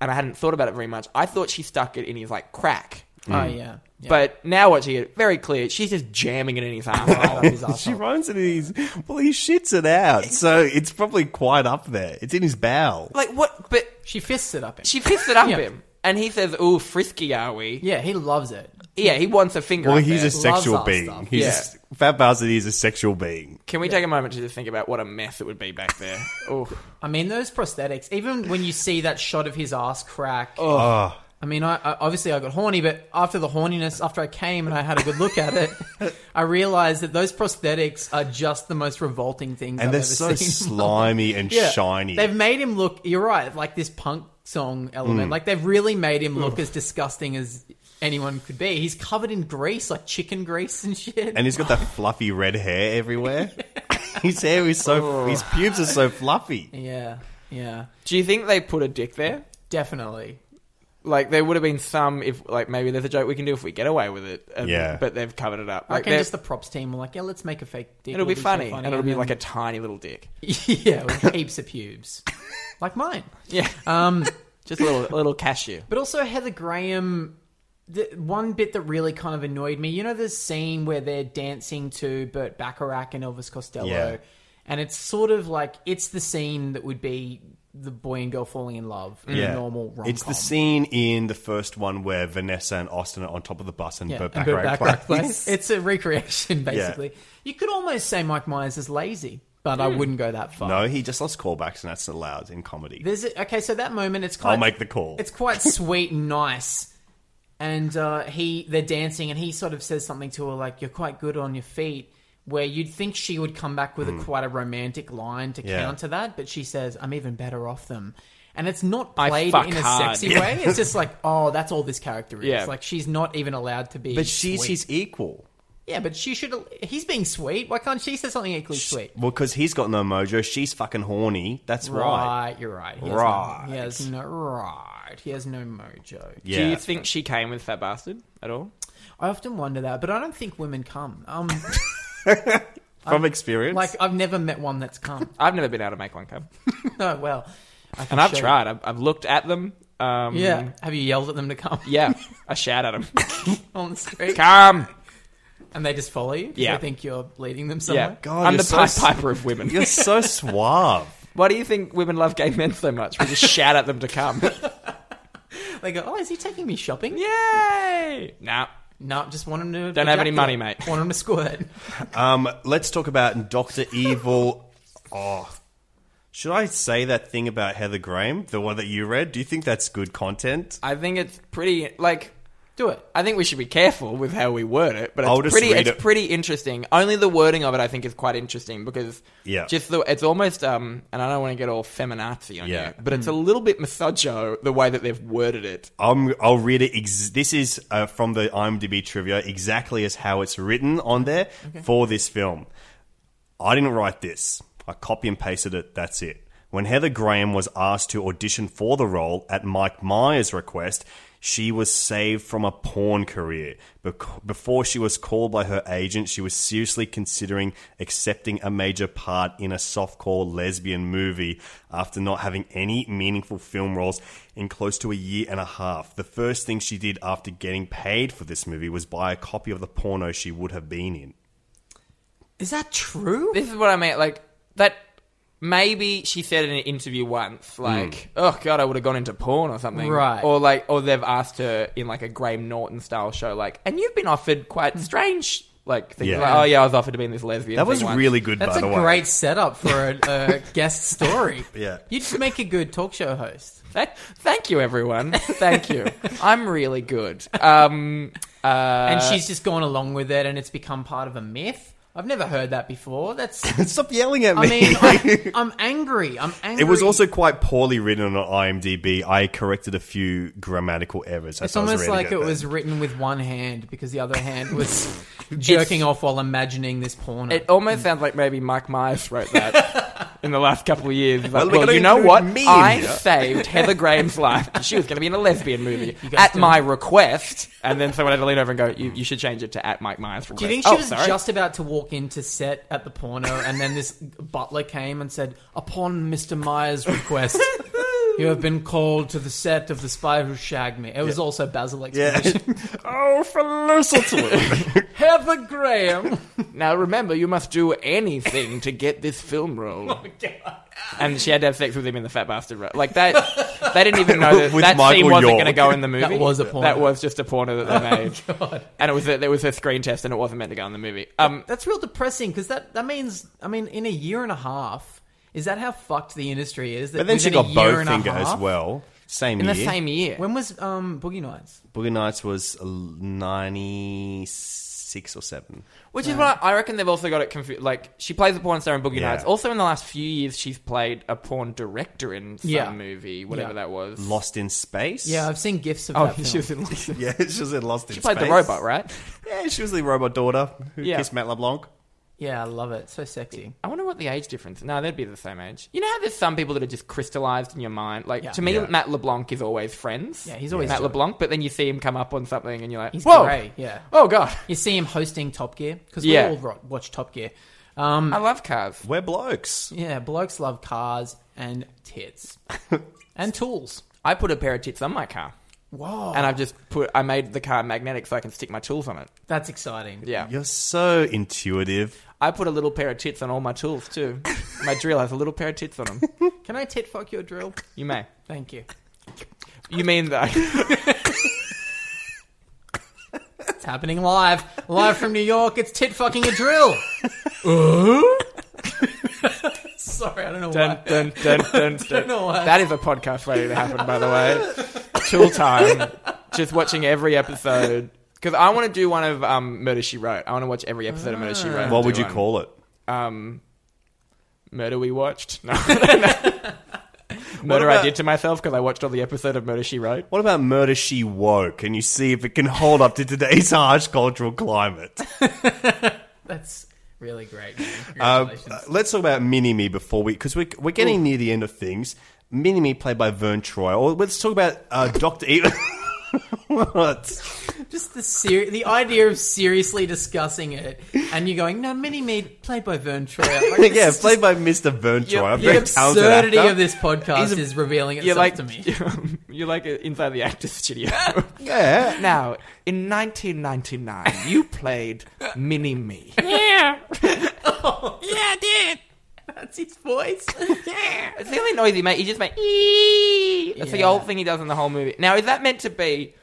[SPEAKER 4] and I hadn't thought about it very much, I thought she stuck it in his like crack.
[SPEAKER 3] Oh yeah, yeah.
[SPEAKER 4] But now watching it, very clear, she's just jamming it in his
[SPEAKER 3] Oh,
[SPEAKER 4] asshole.
[SPEAKER 3] his
[SPEAKER 2] She
[SPEAKER 3] asshole.
[SPEAKER 2] runs it in his. Well, he shits it out, so it's probably quite up there. It's in his bowel.
[SPEAKER 4] like what? But
[SPEAKER 3] She fists it up him.
[SPEAKER 4] she pissed it up
[SPEAKER 3] Yeah.
[SPEAKER 4] him, and he says, "Ooh, frisky are we?"
[SPEAKER 3] yeah, he loves it.
[SPEAKER 4] Yeah, he wants a finger.
[SPEAKER 2] Well,
[SPEAKER 4] up
[SPEAKER 2] he's
[SPEAKER 4] there.
[SPEAKER 2] a sexual
[SPEAKER 3] that
[SPEAKER 2] being.
[SPEAKER 3] stuff.
[SPEAKER 2] He's
[SPEAKER 4] Yeah.
[SPEAKER 2] just- Fat Bastard is a sexual being.
[SPEAKER 4] Can we take a moment to just think about what a mess it would be back there? Ooh.
[SPEAKER 3] I mean, those prosthetics. Even when you see that shot of his ass crack.
[SPEAKER 2] Ah.
[SPEAKER 3] I mean, I, I obviously I got horny, but after the horniness, after I came and I had a good look at it, I realized that those prosthetics are just the most revolting things.
[SPEAKER 2] And
[SPEAKER 3] I've
[SPEAKER 2] they're
[SPEAKER 3] ever
[SPEAKER 2] so
[SPEAKER 3] seen.
[SPEAKER 2] slimy and
[SPEAKER 3] Yeah.
[SPEAKER 2] shiny.
[SPEAKER 3] They've made him look. You're right. Like this punk song element.
[SPEAKER 2] Mm.
[SPEAKER 3] Like they've really made him look as disgusting as anyone could be. He's covered in grease, like chicken grease and shit.
[SPEAKER 2] and he's got that fluffy red hair everywhere. his hair is
[SPEAKER 3] Oh.
[SPEAKER 2] so. His pubes are so fluffy.
[SPEAKER 3] yeah, yeah,
[SPEAKER 4] Do you think they put a dick there?
[SPEAKER 3] definitely.
[SPEAKER 4] Like there would have been some if like maybe there's a joke we can do if we get away with it. and-
[SPEAKER 2] Yeah.
[SPEAKER 4] But they've covered it up.
[SPEAKER 3] I
[SPEAKER 4] Like
[SPEAKER 3] reckon
[SPEAKER 4] they're-
[SPEAKER 3] just the props team were like, yeah, let's make a fake dick.
[SPEAKER 4] it'll be
[SPEAKER 3] so
[SPEAKER 4] funny, and it'll be
[SPEAKER 3] then-
[SPEAKER 4] like a tiny little dick.
[SPEAKER 3] yeah, with heaps of pubes, like mine.
[SPEAKER 4] Yeah.
[SPEAKER 3] Um,
[SPEAKER 4] just a little a little cashew.
[SPEAKER 3] but also Heather Graham. The one bit that really kind of annoyed me, you know, the scene where they're dancing to Burt Bacharach and Elvis Costello,
[SPEAKER 2] Yeah.
[SPEAKER 3] and it's sort of like it's the scene that would be the boy and girl falling in love in a normal rom
[SPEAKER 2] It's the scene in the first one where Vanessa and Austin are on top of the bus and
[SPEAKER 3] Yeah,
[SPEAKER 2] Burt
[SPEAKER 3] and Burt
[SPEAKER 2] Bacharach
[SPEAKER 3] Bacharach
[SPEAKER 2] plays.
[SPEAKER 3] plays. It's a recreation, basically. You could almost say Mike Myers is lazy, but
[SPEAKER 4] Hmm.
[SPEAKER 3] I wouldn't go that far.
[SPEAKER 2] No, he just loves callbacks, and that's allowed in comedy.
[SPEAKER 3] There's a, okay, so that moment it's quite
[SPEAKER 2] I'll make the call.
[SPEAKER 3] It's quite sweet and nice. And uh, he they're dancing and he sort of says something to her like, You're quite good on your feet where you'd think she would come back with a quite a romantic line to
[SPEAKER 2] Hmm. Yeah.
[SPEAKER 3] counter that, but she says, I'm even better off them. And it's not
[SPEAKER 4] I
[SPEAKER 3] played
[SPEAKER 4] fuck
[SPEAKER 3] in a
[SPEAKER 4] hard.
[SPEAKER 3] sexy way. It's just like, oh, that's all this character is.
[SPEAKER 4] Yeah.
[SPEAKER 3] Like she's not even allowed to be.
[SPEAKER 2] but she's
[SPEAKER 3] sweet.
[SPEAKER 2] his equal.
[SPEAKER 3] yeah, but she should. He's being sweet. Why can't she say something equally sweet?
[SPEAKER 2] Well, because he's got no mojo. She's fucking horny. That's right.
[SPEAKER 3] Right, you're right. He has
[SPEAKER 2] Right.
[SPEAKER 3] No, he has no right. He has no mojo.
[SPEAKER 2] Yeah.
[SPEAKER 4] Do you think she came with Fat Bastard at all?
[SPEAKER 3] I often wonder that, but I don't think women come. Um,
[SPEAKER 2] From experience?
[SPEAKER 3] Like I've never met one that's come.
[SPEAKER 4] I've never been able to make one come.
[SPEAKER 3] no, well, I can
[SPEAKER 4] And I've
[SPEAKER 3] show you.
[SPEAKER 4] tried. I've, I've looked at them. Um,
[SPEAKER 3] Yeah, have you yelled at them to come?
[SPEAKER 4] Yeah. I shout at them.
[SPEAKER 3] on the street,
[SPEAKER 4] Come.
[SPEAKER 3] and they just follow you. 'cause
[SPEAKER 4] Yeah.
[SPEAKER 3] they think you're leading them
[SPEAKER 4] Yeah.
[SPEAKER 3] somewhere.
[SPEAKER 2] God,
[SPEAKER 4] I'm
[SPEAKER 2] you're
[SPEAKER 4] the
[SPEAKER 2] so
[SPEAKER 4] Pied
[SPEAKER 2] s-
[SPEAKER 4] Piper of women.
[SPEAKER 2] You're so suave.
[SPEAKER 4] Why do you think women love gay men so much? We just shout at them to come.
[SPEAKER 3] They go, "Oh, is he taking me shopping?
[SPEAKER 4] Yay! Nah.
[SPEAKER 3] No, just want him to
[SPEAKER 4] Don't have any
[SPEAKER 3] ejaculate.
[SPEAKER 4] money, mate.
[SPEAKER 3] Want him to squirt.
[SPEAKER 2] Um, let's talk about Doctor Evil. Oh, should I say that thing about Heather Graham, the one that you read? Do you think that's good content?
[SPEAKER 4] I think it's pretty like
[SPEAKER 3] Do it.
[SPEAKER 4] I think we should be careful with how we word it, but it's
[SPEAKER 2] I'll just
[SPEAKER 4] pretty
[SPEAKER 2] read
[SPEAKER 4] it's
[SPEAKER 2] it.
[SPEAKER 4] pretty interesting. Only the wording of it I think is quite interesting because
[SPEAKER 2] Yeah.
[SPEAKER 4] just the it's almost um and I don't want to get all feminazi on
[SPEAKER 2] Yeah. Mm.
[SPEAKER 4] you, but it's a little bit misogyno the way that they've worded it.
[SPEAKER 2] I'm, I'll read it. Ex- this is uh, from the IMDb trivia, exactly as how it's written on there for this film. I didn't write this. I copy and pasted it. That's it. When Heather Graham was asked to audition for the role at Mike Myers' request, she was saved from a porn career. Bec- Before she was called by her agent, she was seriously considering accepting a major part in a softcore lesbian movie after not having any meaningful film roles in close to a year and a half. The first thing she did after getting paid for this movie was buy a copy of the porno she would have been in.
[SPEAKER 3] Is that true?
[SPEAKER 4] This is what I meant, like that maybe she said in an interview once,
[SPEAKER 2] Hmm.
[SPEAKER 4] like, Oh god, I would have gone into porn or something.
[SPEAKER 3] Right.
[SPEAKER 4] Or like or they've asked her in like a Graham Norton style show, like, and you've been offered quite strange like
[SPEAKER 2] Hmm.
[SPEAKER 4] things
[SPEAKER 2] Yeah.
[SPEAKER 4] like, Oh yeah, I was offered to be in this lesbian.
[SPEAKER 2] That was
[SPEAKER 4] thing once."
[SPEAKER 2] really good,
[SPEAKER 3] That's
[SPEAKER 2] by
[SPEAKER 3] a
[SPEAKER 2] the way.
[SPEAKER 3] great setup for a, a guest story.
[SPEAKER 2] Yeah.
[SPEAKER 3] You'd make a good talk show host.
[SPEAKER 4] Th- thank you, everyone. Thank you. I'm really good. Um,
[SPEAKER 3] and she's just gone along with it and it's become part of a myth. I've never heard that before. That's.
[SPEAKER 2] Stop yelling at me.
[SPEAKER 3] I mean, I, I'm angry. I'm angry.
[SPEAKER 2] It was also quite poorly written on IMDb. I corrected a few grammatical errors.
[SPEAKER 3] It's almost like it was written with one hand because the other hand was jerking off while imagining this porno.
[SPEAKER 4] it almost sounds like maybe Mike Myers wrote that in the last couple of years. He's like,
[SPEAKER 2] we
[SPEAKER 4] well,
[SPEAKER 2] gotta
[SPEAKER 4] you know
[SPEAKER 2] include
[SPEAKER 4] what?
[SPEAKER 2] me in
[SPEAKER 4] I
[SPEAKER 2] here."
[SPEAKER 4] saved Heather Graham's life. She was going to be in a lesbian movie
[SPEAKER 3] guys
[SPEAKER 4] at
[SPEAKER 3] don't-
[SPEAKER 4] my request, and then someone had to lean over and go, "You, you should change it to at Mike Myers." Request.
[SPEAKER 3] Do you think she
[SPEAKER 4] oh,
[SPEAKER 3] was
[SPEAKER 4] sorry.
[SPEAKER 3] just about to walk into set at the porno and then this butler came and said, Upon Mr. Myers' request, you have been called to the set of The Spy Who Shagged Me. It was also Basil
[SPEAKER 2] Yeah.
[SPEAKER 3] Exposition.
[SPEAKER 2] oh, philosophy.
[SPEAKER 3] Heather Graham.
[SPEAKER 4] Now remember, you must do anything to get this film role. And she had to have sex with him in the Fat Bastard role. Like that, they didn't even know that
[SPEAKER 2] With
[SPEAKER 4] that scene
[SPEAKER 2] Michael
[SPEAKER 4] wasn't
[SPEAKER 2] York.
[SPEAKER 4] going to go in the movie.
[SPEAKER 3] That was a porno.
[SPEAKER 4] That was just a porno that they made. And it was a, there was a screen test, and it wasn't meant to go in the movie. Um,
[SPEAKER 3] That's real depressing because that, that means, I mean, in a year and a half, is that how fucked the industry is? That
[SPEAKER 2] but then she
[SPEAKER 3] within a
[SPEAKER 2] got
[SPEAKER 3] year and a
[SPEAKER 2] Bowfinger as
[SPEAKER 3] half-
[SPEAKER 2] well. Same
[SPEAKER 4] in the
[SPEAKER 2] year.
[SPEAKER 4] same year,
[SPEAKER 3] When was um, Boogie Nights?
[SPEAKER 2] Boogie Nights was uh, 96 or 7.
[SPEAKER 4] which is what I, I reckon they've also got it confused. Like she plays a porn star in Boogie
[SPEAKER 2] Yeah.
[SPEAKER 4] Nights. Also, in the last few years, she's played a porn director in some
[SPEAKER 3] Yeah.
[SPEAKER 4] movie, whatever
[SPEAKER 3] Yeah.
[SPEAKER 4] that was.
[SPEAKER 2] Lost in Space?
[SPEAKER 3] Yeah, I've seen gifs of
[SPEAKER 4] Oh,
[SPEAKER 3] that. Film.
[SPEAKER 4] she was in. She
[SPEAKER 2] Yeah, she was in Lost in Space.
[SPEAKER 4] played the robot, right?
[SPEAKER 2] Yeah, she was the robot daughter who
[SPEAKER 4] Yeah.
[SPEAKER 2] kissed Matt LeBlanc.
[SPEAKER 3] Yeah, I love it. So sexy.
[SPEAKER 4] I wonder what the age difference. No, they'd be the same age. You know how there's some people that are just crystallized in your mind. Like
[SPEAKER 3] Yeah.
[SPEAKER 4] to me,
[SPEAKER 2] Yeah.
[SPEAKER 4] Matt LeBlanc is always friends.
[SPEAKER 3] Yeah, he's always
[SPEAKER 4] Matt
[SPEAKER 3] Joey.
[SPEAKER 4] LeBlanc. But then you see him come up on something, and you're like,
[SPEAKER 3] He's
[SPEAKER 4] "Whoa,
[SPEAKER 3] grey, yeah.
[SPEAKER 4] oh god,
[SPEAKER 3] You see him hosting Top Gear because
[SPEAKER 4] Yeah.
[SPEAKER 3] we all ro- watch Top Gear. Um,
[SPEAKER 4] I love cars."
[SPEAKER 2] We're blokes.
[SPEAKER 3] yeah, blokes love cars and tits and tools.
[SPEAKER 4] I put a pair of tits on my car,
[SPEAKER 3] Whoa,
[SPEAKER 4] and I've just put. I made the car magnetic so I can stick my tools on it.
[SPEAKER 3] that's exciting.
[SPEAKER 4] Yeah,
[SPEAKER 2] You're so intuitive.
[SPEAKER 4] I put a little pair of tits on all my tools too. my drill has a little pair of tits on them.
[SPEAKER 3] Can I tit fuck your drill?
[SPEAKER 4] You may.
[SPEAKER 3] Thank you.
[SPEAKER 4] You mean that?
[SPEAKER 3] It's happening live, live from New York. It's tit fucking a drill. Sorry, I don't know
[SPEAKER 4] Dun,
[SPEAKER 3] why.
[SPEAKER 4] dun, dun, dun, dun.
[SPEAKER 3] know why.
[SPEAKER 4] That is a podcast waiting to happen, by the way. Tool time. Just watching every episode. Because I want to do one of um, Murder She Wrote. I want to watch every episode of Murder She Wrote. and
[SPEAKER 2] What
[SPEAKER 4] do
[SPEAKER 2] would you
[SPEAKER 4] one.
[SPEAKER 2] call it?
[SPEAKER 4] Um, Murder We Watched? No. Murder I
[SPEAKER 2] about-
[SPEAKER 4] Did to Myself because I watched all the episode of Murder She Wrote.
[SPEAKER 2] What about Murder She Woke? And you see if it can hold up to today's harsh cultural climate.
[SPEAKER 3] That's really great. man.
[SPEAKER 2] Uh,
[SPEAKER 3] Congratulations.
[SPEAKER 2] let's talk about Mini Me before we, because we're, we're getting near the end of things. Mini Me, played by Vern Troy. Or let's talk about uh, Doctor Evil. E- what?
[SPEAKER 3] Just the ser- the idea of seriously discussing it, and you're going, "No, Mini Me, played by Vern Troyer." Like,
[SPEAKER 2] yeah, played by Mr. Vern Troy. a
[SPEAKER 3] the
[SPEAKER 2] very talented
[SPEAKER 3] absurdity
[SPEAKER 2] actor.
[SPEAKER 3] of this podcast is revealing itself
[SPEAKER 4] You're like
[SPEAKER 3] to me.
[SPEAKER 4] you're like inside the actor's studio.
[SPEAKER 2] Yeah.
[SPEAKER 4] Now, in 1999, you played Mini Me.
[SPEAKER 3] Yeah, I did. That's his voice. yeah.
[SPEAKER 4] It's the only noise he made. He just made. "Ee." That's the
[SPEAKER 3] Yeah.
[SPEAKER 4] old thing he does in the whole movie. Now, is that meant to be?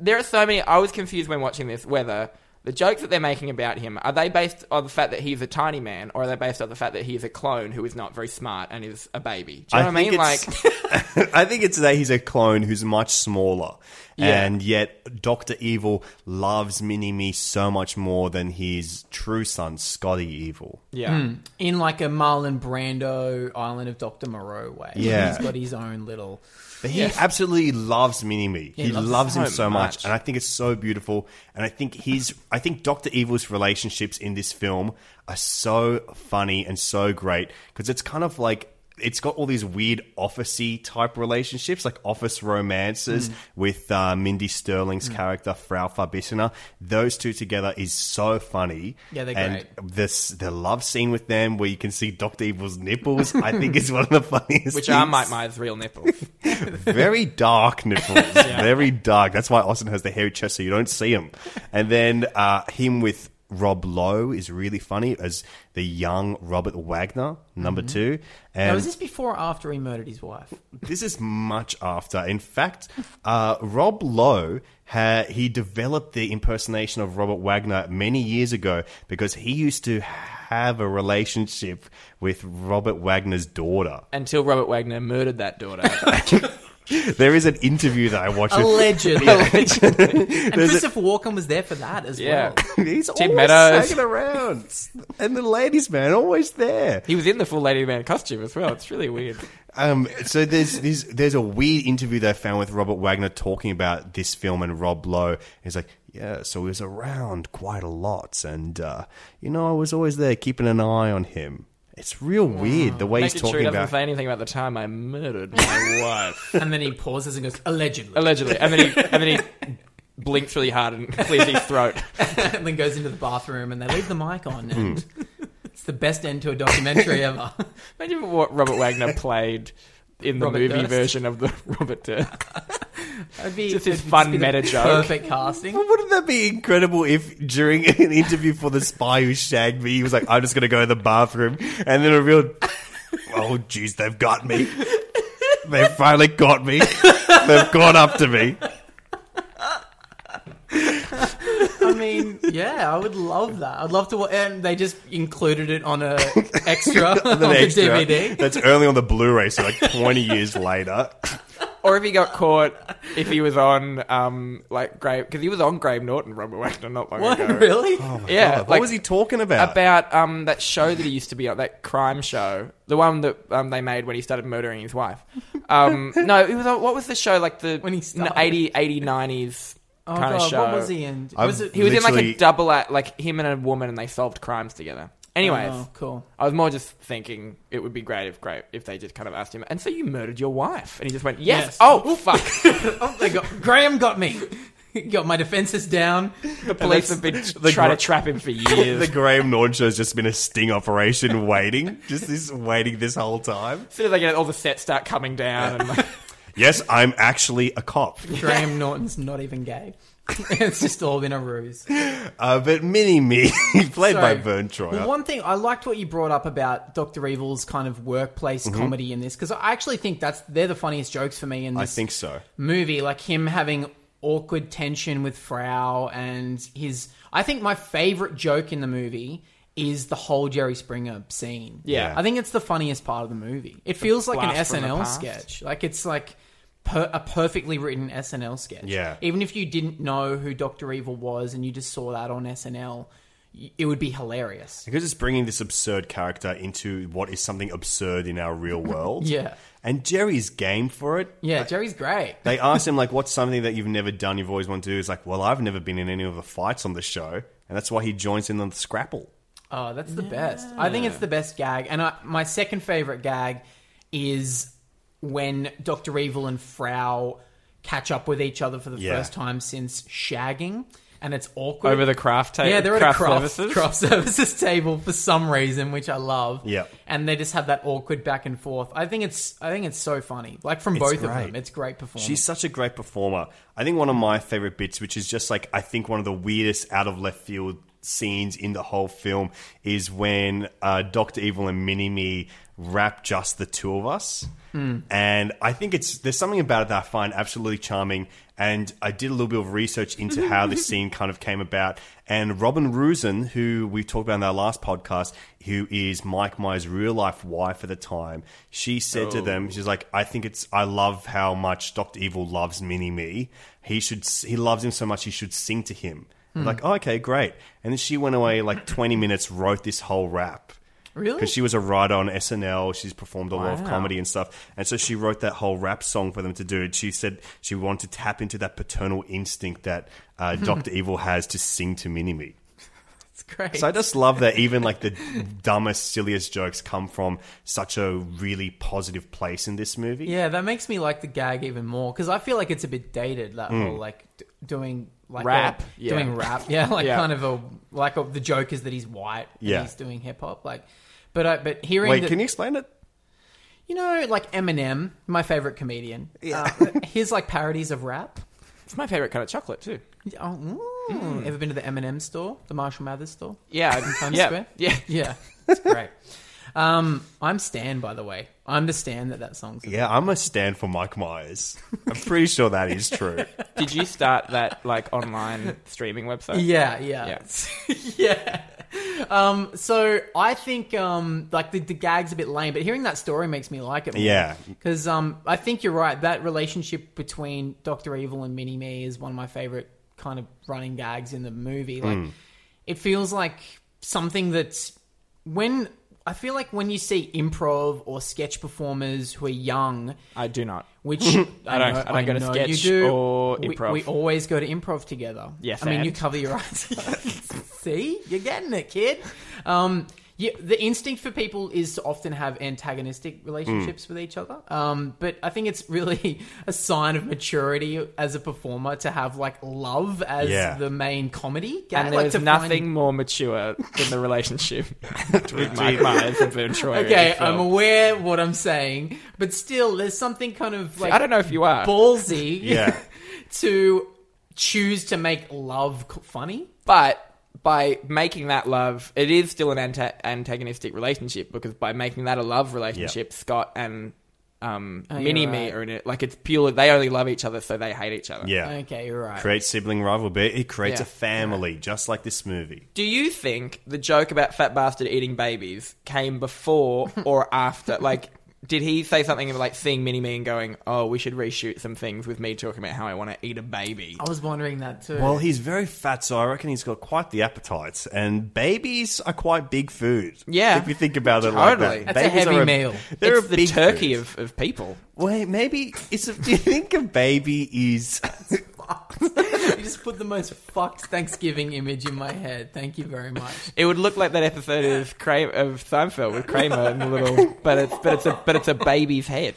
[SPEAKER 4] There are so many. I was confused when watching this whether the jokes that they're making about him are they based on the fact that he's a tiny man, or are they based on the fact that he's a clone who is not very smart and is a baby? Do you know what I mean? Like,
[SPEAKER 2] Like, I think it's that he's a clone who's much smaller,
[SPEAKER 4] Yeah.
[SPEAKER 2] and yet Doctor Evil loves Mini Me so much more than his true son Scotty Evil.
[SPEAKER 4] yeah.
[SPEAKER 3] In like a Marlon Brando Island of Doctor Moreau way.
[SPEAKER 2] Yeah.
[SPEAKER 3] He's got his own little.
[SPEAKER 2] But he absolutely loves Mini Me. he
[SPEAKER 3] loves
[SPEAKER 2] loves,
[SPEAKER 4] him
[SPEAKER 2] him
[SPEAKER 4] so
[SPEAKER 2] so much.
[SPEAKER 4] much.
[SPEAKER 2] and I think it's so beautiful. And I think he's, I think Doctor Evil's relationships in this film are so funny and so great because it's kind of like it's got all these weird officey type relationships, like office romances with uh, Mindy Sterling's character Frau Farbissina. Those two together is so funny.
[SPEAKER 3] Yeah, they're
[SPEAKER 2] and
[SPEAKER 3] great.
[SPEAKER 2] This the love scene with them where you can see Doctor Evil's nipples. I think is one of the funniest.
[SPEAKER 4] Which are
[SPEAKER 2] things
[SPEAKER 4] Mike Myers' real nipples.
[SPEAKER 2] very dark nipples, very dark. That's why Austin has the hairy chest, so you don't see him. And then uh, him with Rob Lowe is really funny as the young Robert Wagner, number two. And
[SPEAKER 3] Mm-hmm. Now, was this before or after he murdered his wife?
[SPEAKER 2] this is much after. In fact, uh, Rob Lowe ha- he developed the impersonation of Robert Wagner many years ago because he used to have a relationship with Robert Wagner's daughter.
[SPEAKER 4] Until Robert Wagner murdered that daughter.
[SPEAKER 2] There is an interview that I watched. with-
[SPEAKER 3] Allegedly. and Christopher Walken was there for that as
[SPEAKER 4] Yeah.
[SPEAKER 3] well.
[SPEAKER 2] He's
[SPEAKER 4] Tim
[SPEAKER 2] always
[SPEAKER 4] Meadows.
[SPEAKER 2] hanging around, and the ladies' man always there.
[SPEAKER 4] he was in the full Lady Man costume as well. It's really weird.
[SPEAKER 2] Um, so there's, there's there's a weird interview they found with Robert Wagner talking about this film and Rob Lowe. He's like, yeah, so he was around quite a lot, and uh, you know, I was always there keeping an eye on him. It's real weird the way
[SPEAKER 4] Making
[SPEAKER 2] he's
[SPEAKER 4] sure
[SPEAKER 2] talking
[SPEAKER 4] he doesn't
[SPEAKER 2] about.
[SPEAKER 4] say anything about the time I murdered my wife.
[SPEAKER 3] And then he pauses and goes, allegedly.
[SPEAKER 4] Allegedly. And then he, and then he blinks really hard and clears his throat.
[SPEAKER 3] and then goes into the bathroom and they leave the mic on. And it's the best end to a documentary ever.
[SPEAKER 4] Imagine what Robert Wagner played in the
[SPEAKER 3] Robert
[SPEAKER 4] movie
[SPEAKER 3] Durst.
[SPEAKER 4] version of the Robert Durst.
[SPEAKER 3] That'd be,
[SPEAKER 4] Just this
[SPEAKER 3] it'd
[SPEAKER 4] fun
[SPEAKER 3] be the
[SPEAKER 4] meta joke.
[SPEAKER 3] Perfect casting.
[SPEAKER 2] Well, Wouldn't that be incredible if during an interview for the spy who shagged me, he was like, "I'm just going to go to the bathroom," and then a real, oh, jeez, they've got me. They've finally got me. They've gone up to me.
[SPEAKER 3] I mean, yeah, I would love that. I'd love to. wa- And they just included it on a extra on
[SPEAKER 2] An
[SPEAKER 3] the
[SPEAKER 2] extra.
[SPEAKER 3] DVD.
[SPEAKER 2] That's only on the Blu-ray, so like 20 years later.
[SPEAKER 4] Or if he got caught, if he was on, um, like, Graham, because he was on Graham Norton, Robert Wagner, not long
[SPEAKER 3] What
[SPEAKER 4] ago.
[SPEAKER 3] really?
[SPEAKER 4] Yeah.
[SPEAKER 2] what
[SPEAKER 4] like,
[SPEAKER 2] was he talking about?
[SPEAKER 4] About um, that show that he used to be on, that crime show, the one that um, they made when he started murdering his wife. Um, no, it was on, what was the show like the
[SPEAKER 3] When he started.
[SPEAKER 4] 80, 80, 90s
[SPEAKER 3] oh
[SPEAKER 4] kind of
[SPEAKER 3] god,
[SPEAKER 4] show?
[SPEAKER 3] what was he in?
[SPEAKER 2] I've
[SPEAKER 3] Was it?
[SPEAKER 4] He was in like a
[SPEAKER 2] Literally-
[SPEAKER 4] double act, like him and a woman, and they solved crimes together. Anyways,
[SPEAKER 3] Oh, cool.
[SPEAKER 4] I was more just thinking it would be great if great if they just kind of asked him. And so you murdered your wife, and he just went, "Yes."
[SPEAKER 3] Yes.
[SPEAKER 4] Oh fuck!
[SPEAKER 3] Oh, they got Graham got me. He got my defenses down.
[SPEAKER 4] the police have been
[SPEAKER 2] the
[SPEAKER 4] trying
[SPEAKER 2] gr-
[SPEAKER 4] to trap him for
[SPEAKER 2] the
[SPEAKER 4] years.
[SPEAKER 2] Graham Norton show has just been a sting operation, waiting, just this waiting this whole time.
[SPEAKER 4] as soon as they get it, all the sets start coming down, and like,
[SPEAKER 2] Yes, I'm actually a cop.
[SPEAKER 3] Graham Norton's not even gay. it's just all been a ruse.
[SPEAKER 2] Uh, but Mini Me, played by
[SPEAKER 3] So,
[SPEAKER 2] Vern Troyer.
[SPEAKER 3] well, one thing I liked what you brought up about Doctor Evil's kind of workplace
[SPEAKER 2] Mm-hmm.
[SPEAKER 3] comedy in this because I actually think that's they're the funniest jokes for me in this
[SPEAKER 2] I think so.
[SPEAKER 3] movie, like him having awkward tension with Frau and his. I think my favorite joke in the movie is the whole Jerry Springer scene.
[SPEAKER 4] Yeah.
[SPEAKER 3] I think it's the funniest part of the movie. It feels like an
[SPEAKER 4] blast from the
[SPEAKER 3] SNL
[SPEAKER 4] past.
[SPEAKER 3] sketch. Like it's like. Per, a perfectly written SNL sketch.
[SPEAKER 2] Yeah.
[SPEAKER 3] Even if you didn't know who Doctor Evil was and you just saw that on SNL, y- it would be hilarious.
[SPEAKER 2] Because it's bringing this absurd character into what is something absurd in our real world.
[SPEAKER 3] Yeah.
[SPEAKER 2] And Jerry's game for it.
[SPEAKER 3] Yeah, Jerry's great.
[SPEAKER 2] They asked him, like, what's something that you've never done, you've always wanted to do? He's like, well, I've never been in any of the fights on the show. And that's why he joins in on the Scrapple.
[SPEAKER 3] Oh, that's the best. I think it's the best gag. And I, my second favorite gag is when Dr. Evil and Frau catch up with each other for the
[SPEAKER 4] Yeah.
[SPEAKER 3] first time since shagging, and it's awkward
[SPEAKER 4] Over the craft ta-
[SPEAKER 3] Yeah, they're
[SPEAKER 4] craft
[SPEAKER 3] at a craft
[SPEAKER 4] services?
[SPEAKER 3] craft services table for some reason, which I love.
[SPEAKER 4] Yeah.
[SPEAKER 3] and they just have that awkward back and forth. I think it's I think it's so funny, like from
[SPEAKER 2] It's
[SPEAKER 3] both of
[SPEAKER 2] great.
[SPEAKER 3] them. It's great performance.
[SPEAKER 2] She's such a great performer. I think one of my favorite bits, which is just like I think one of the weirdest out of left field scenes in the whole film, is when uh, Doctor Evil and Mini Me rap just the two of us.
[SPEAKER 11] Hmm.
[SPEAKER 2] And I think it's there's something about it that I find absolutely charming. And I did a little bit of research into how this scene kind of came about. And Robin Rusin, who we talked about in our last podcast, who is Mike Myers' real life wife at the time, she said to
[SPEAKER 4] Oh.
[SPEAKER 2] them, she's like, I think it's, I love how much Doctor Evil loves Mini Me. He should, s- he loves him so much, he should sing to him.
[SPEAKER 3] Hmm.
[SPEAKER 2] Like, "Oh, okay, great. And then she went away like 20 minutes, wrote this whole rap.
[SPEAKER 3] Really?
[SPEAKER 2] Because she was a writer on SNL. She's performed a lot of
[SPEAKER 3] Wow.
[SPEAKER 2] comedy and stuff. And so she wrote that whole rap song for them to do. She said she wanted to tap into that paternal instinct that uh, Dr. Evil has to sing to Mini Me.
[SPEAKER 3] it's great.
[SPEAKER 2] So I just love that even like the dumbest, silliest jokes come from such a really positive place in this movie.
[SPEAKER 3] Yeah, that makes me like the gag even more because I feel like it's a bit dated. That
[SPEAKER 2] Mm.
[SPEAKER 3] whole like d- doing like
[SPEAKER 4] Rap,
[SPEAKER 3] a-
[SPEAKER 4] yeah.
[SPEAKER 3] doing rap, yeah, like
[SPEAKER 4] Yeah.
[SPEAKER 3] kind of a like a, the joke is that he's white, and
[SPEAKER 2] Yeah.
[SPEAKER 3] he's doing hip hop, like. But I but hearing
[SPEAKER 2] Wait,
[SPEAKER 3] that-
[SPEAKER 2] can you explain it?
[SPEAKER 3] You know, like Eminem, my favorite comedian. Yeah, his like parodies of rap.
[SPEAKER 4] It's my favorite kind of chocolate too.
[SPEAKER 3] Oh, mm.
[SPEAKER 4] Mm.
[SPEAKER 3] Ever been to the M&M store, the Marshall Mathers store?
[SPEAKER 4] Yeah,
[SPEAKER 3] in Times
[SPEAKER 4] yeah,
[SPEAKER 3] Square.
[SPEAKER 4] yeah.
[SPEAKER 3] yeah, it's great. Um, I'm Stan, by the way. I understand that that song's.
[SPEAKER 2] Yeah, I'm a stand for Mike Myers. I'm pretty sure that is true.
[SPEAKER 4] Did you start that like online streaming website?
[SPEAKER 3] Yeah, yeah, yeah. Um, so I think um, like the, the gag's a bit lame, but hearing that story makes me like it. More.
[SPEAKER 2] Yeah.
[SPEAKER 3] because um, I think you're right. That relationship between Doctor Evil and Mini Me is one of my favorite kind of running gags in the movie. Like,
[SPEAKER 12] Mm.
[SPEAKER 3] it feels like something that when I feel like when you see improv or sketch performers who are young,
[SPEAKER 4] I do not.
[SPEAKER 3] Which
[SPEAKER 4] I don't.
[SPEAKER 3] I,
[SPEAKER 4] I
[SPEAKER 3] know-
[SPEAKER 4] don't go to
[SPEAKER 3] know
[SPEAKER 4] sketch
[SPEAKER 3] you do.
[SPEAKER 4] or
[SPEAKER 3] We-
[SPEAKER 4] improv.
[SPEAKER 3] We, always go to improv together.
[SPEAKER 4] Yes,
[SPEAKER 3] I mean
[SPEAKER 4] and?
[SPEAKER 3] you cover your eyes. See, you're getting it, kid. Um, yeah, the instinct for people is to often have antagonistic
[SPEAKER 4] Mm.
[SPEAKER 3] relationships with each other. Um, but I think it's really a sign of maturity as a performer to have like love as
[SPEAKER 4] Yeah.
[SPEAKER 3] the main comedy. gag,
[SPEAKER 4] and
[SPEAKER 3] like,
[SPEAKER 4] there's
[SPEAKER 3] to find-
[SPEAKER 4] nothing more mature than the relationship between Mike Myers and Vern Troyer. in
[SPEAKER 3] Okay,
[SPEAKER 4] the film.
[SPEAKER 3] I'm aware of what I'm saying, but still, there's something kind of like
[SPEAKER 4] I don't know if you are.
[SPEAKER 3] ballsy,
[SPEAKER 4] Yeah.
[SPEAKER 3] to choose to make love c- funny.
[SPEAKER 4] But by making that love, it is still an anta- antagonistic relationship because by making that a love relationship, Scott and um,
[SPEAKER 3] Oh, you're
[SPEAKER 4] Mini Me
[SPEAKER 3] right.
[SPEAKER 4] are in it. Like it's pure. They only love each other, so they hate each other.
[SPEAKER 2] Yeah.
[SPEAKER 3] Okay, you're right.
[SPEAKER 2] Creates sibling rivalry. but It creates
[SPEAKER 4] Yeah.
[SPEAKER 2] a family, just like this movie.
[SPEAKER 4] Do you think the joke about fat bastard eating babies came before or after? Like, did he say something about like seeing Mini Me and going, "Oh, we should reshoot some things with me talking about how I want to eat a baby"?
[SPEAKER 2] Oh,
[SPEAKER 3] I was wondering that too.
[SPEAKER 2] Well, he's very fat, so I reckon he's got quite the appetite. And babies are quite big food.
[SPEAKER 4] Yeah.
[SPEAKER 2] If you think about it like
[SPEAKER 4] Totally.
[SPEAKER 2] that.
[SPEAKER 4] That's a
[SPEAKER 2] Babies
[SPEAKER 4] heavy
[SPEAKER 2] are
[SPEAKER 4] meal.
[SPEAKER 2] They're
[SPEAKER 4] It's
[SPEAKER 2] a
[SPEAKER 4] the
[SPEAKER 2] big
[SPEAKER 4] turkey
[SPEAKER 2] food.
[SPEAKER 4] of, of people.
[SPEAKER 2] Wait, maybe it's. A, do you think a baby is?
[SPEAKER 3] you just put the most fucked Thanksgiving image in my head. Thank you very much.
[SPEAKER 4] It would look like that episode of Kramer, of Seinfeld with Kramer and the little, but it's but it's a but it's a baby's head,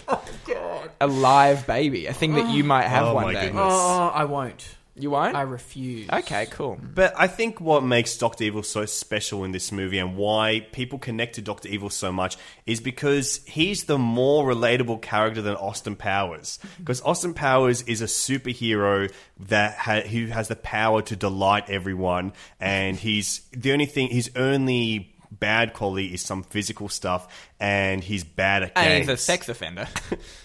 [SPEAKER 4] a live baby, a thing that you might have
[SPEAKER 2] Oh,
[SPEAKER 4] one
[SPEAKER 2] my
[SPEAKER 4] day.
[SPEAKER 2] goodness. Oh,
[SPEAKER 3] I won't.
[SPEAKER 4] You won't. I
[SPEAKER 3] refuse.
[SPEAKER 4] Okay, cool.
[SPEAKER 2] But I think what makes Doctor Evil so special in this movie and why people connect to Doctor Evil so much is because he's the more relatable character than Austin Powers.
[SPEAKER 4] Mm-hmm.
[SPEAKER 2] Because Austin Powers is a superhero that ha- who has the power to delight everyone, and he's the only thing. His only bad quality is some physical stuff, and he's bad at
[SPEAKER 4] And
[SPEAKER 2] games.
[SPEAKER 4] he's a sex offender.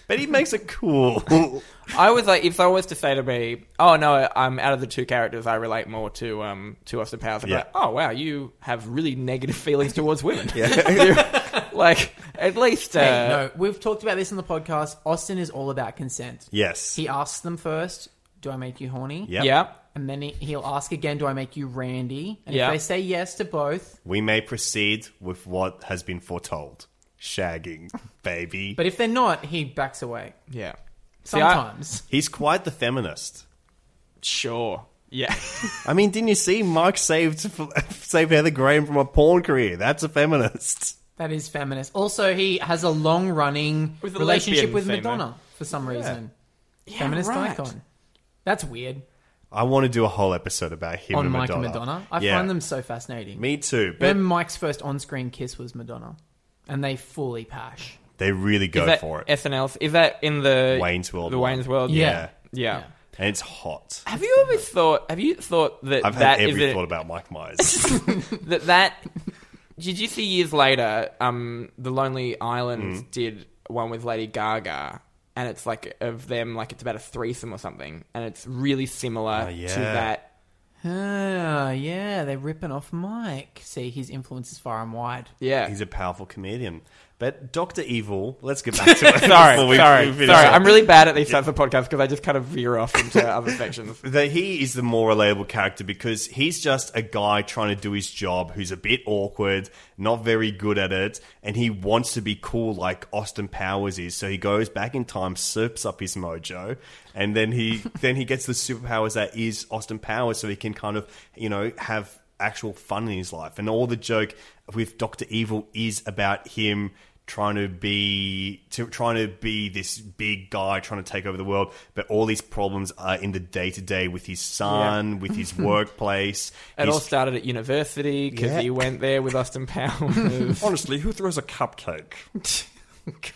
[SPEAKER 2] but he makes it cool.
[SPEAKER 4] I was like, if I was to say to me, "Oh no, I'm out of the two characters, I relate more to um to Austin Powers." I'd be
[SPEAKER 2] Yeah.
[SPEAKER 4] like, "Oh wow, you have really negative feelings towards women."
[SPEAKER 2] Yeah.
[SPEAKER 4] like at least uh,
[SPEAKER 3] Hey, no, we've talked about this in the podcast. Austin is all about consent.
[SPEAKER 4] Yes.
[SPEAKER 3] He asks them first, Do I make you horny?
[SPEAKER 2] Yep.
[SPEAKER 4] Yeah.
[SPEAKER 3] And then he, he'll ask again, Do I make you randy? And
[SPEAKER 2] Yeah.
[SPEAKER 3] if they say yes to both,
[SPEAKER 2] we may proceed with what has been foretold. Shagging, baby.
[SPEAKER 3] but if they're not, he backs away.
[SPEAKER 4] Yeah.
[SPEAKER 3] Sometimes.
[SPEAKER 2] he's quite the feminist.
[SPEAKER 4] Sure. Yeah.
[SPEAKER 2] I mean, didn't you see Mike saved saved Heather Graham from a porn career? That's a feminist.
[SPEAKER 3] That is feminist. Also, he has a long running
[SPEAKER 4] With a
[SPEAKER 3] relationship
[SPEAKER 4] lesbian
[SPEAKER 3] with
[SPEAKER 4] female.
[SPEAKER 3] Madonna for some reason. feminist
[SPEAKER 4] right.
[SPEAKER 3] icon. That's weird.
[SPEAKER 2] I want to do a whole episode about him
[SPEAKER 3] on
[SPEAKER 2] and
[SPEAKER 3] Mike
[SPEAKER 2] Madonna.
[SPEAKER 3] and Madonna. I
[SPEAKER 2] Yeah.
[SPEAKER 3] find them so fascinating.
[SPEAKER 2] Me too, but
[SPEAKER 3] Remember Mike's first on-screen kiss was Madonna, and they fully pash.
[SPEAKER 2] they really go
[SPEAKER 4] is that
[SPEAKER 2] for it.
[SPEAKER 4] SNL? Is that in the
[SPEAKER 2] Wayne's World
[SPEAKER 4] The
[SPEAKER 2] one.
[SPEAKER 4] Wayne's World.
[SPEAKER 2] Yeah.
[SPEAKER 4] yeah.
[SPEAKER 2] and it's hot.
[SPEAKER 4] Have you ever thought? Have you thought that
[SPEAKER 2] I've had
[SPEAKER 4] that
[SPEAKER 2] every
[SPEAKER 4] is a-
[SPEAKER 2] thought about Mike Myers.
[SPEAKER 4] that that? Did you see years later? Um, the Lonely Island
[SPEAKER 2] Mm.
[SPEAKER 4] did one with Lady Gaga, and it's like of them, like it's about a threesome or something, and it's really similar
[SPEAKER 2] Oh, yeah.
[SPEAKER 4] to that.
[SPEAKER 3] Ah, yeah, they're ripping off Mike. See, his influence is far and wide.
[SPEAKER 4] Yeah.
[SPEAKER 2] He's a powerful comedian. But Doctor Evil, let's get back to it. before
[SPEAKER 4] sorry,
[SPEAKER 2] we-
[SPEAKER 4] sorry,
[SPEAKER 2] we finish
[SPEAKER 4] sorry.
[SPEAKER 2] up.
[SPEAKER 4] I'm really bad at these types of podcasts because I just kind of veer off into other sections.
[SPEAKER 2] that he is the more relatable character because he's just a guy trying to do his job who's a bit awkward, not very good at it, and he wants to be cool like Austin Powers is. So he goes back in time, surps up his mojo, and then he then he gets the superpowers that is Austin Powers, so he can kind of you know have actual fun in his life. And all the joke with Doctor Evil is about him trying to be to, trying to be this big guy trying to take over the world but all these problems are in the day to day with his son with his workplace
[SPEAKER 4] It
[SPEAKER 2] his-
[SPEAKER 4] all started at university because
[SPEAKER 2] Yeah.
[SPEAKER 4] he went there with Austin Powers.
[SPEAKER 2] honestly who throws a cupcake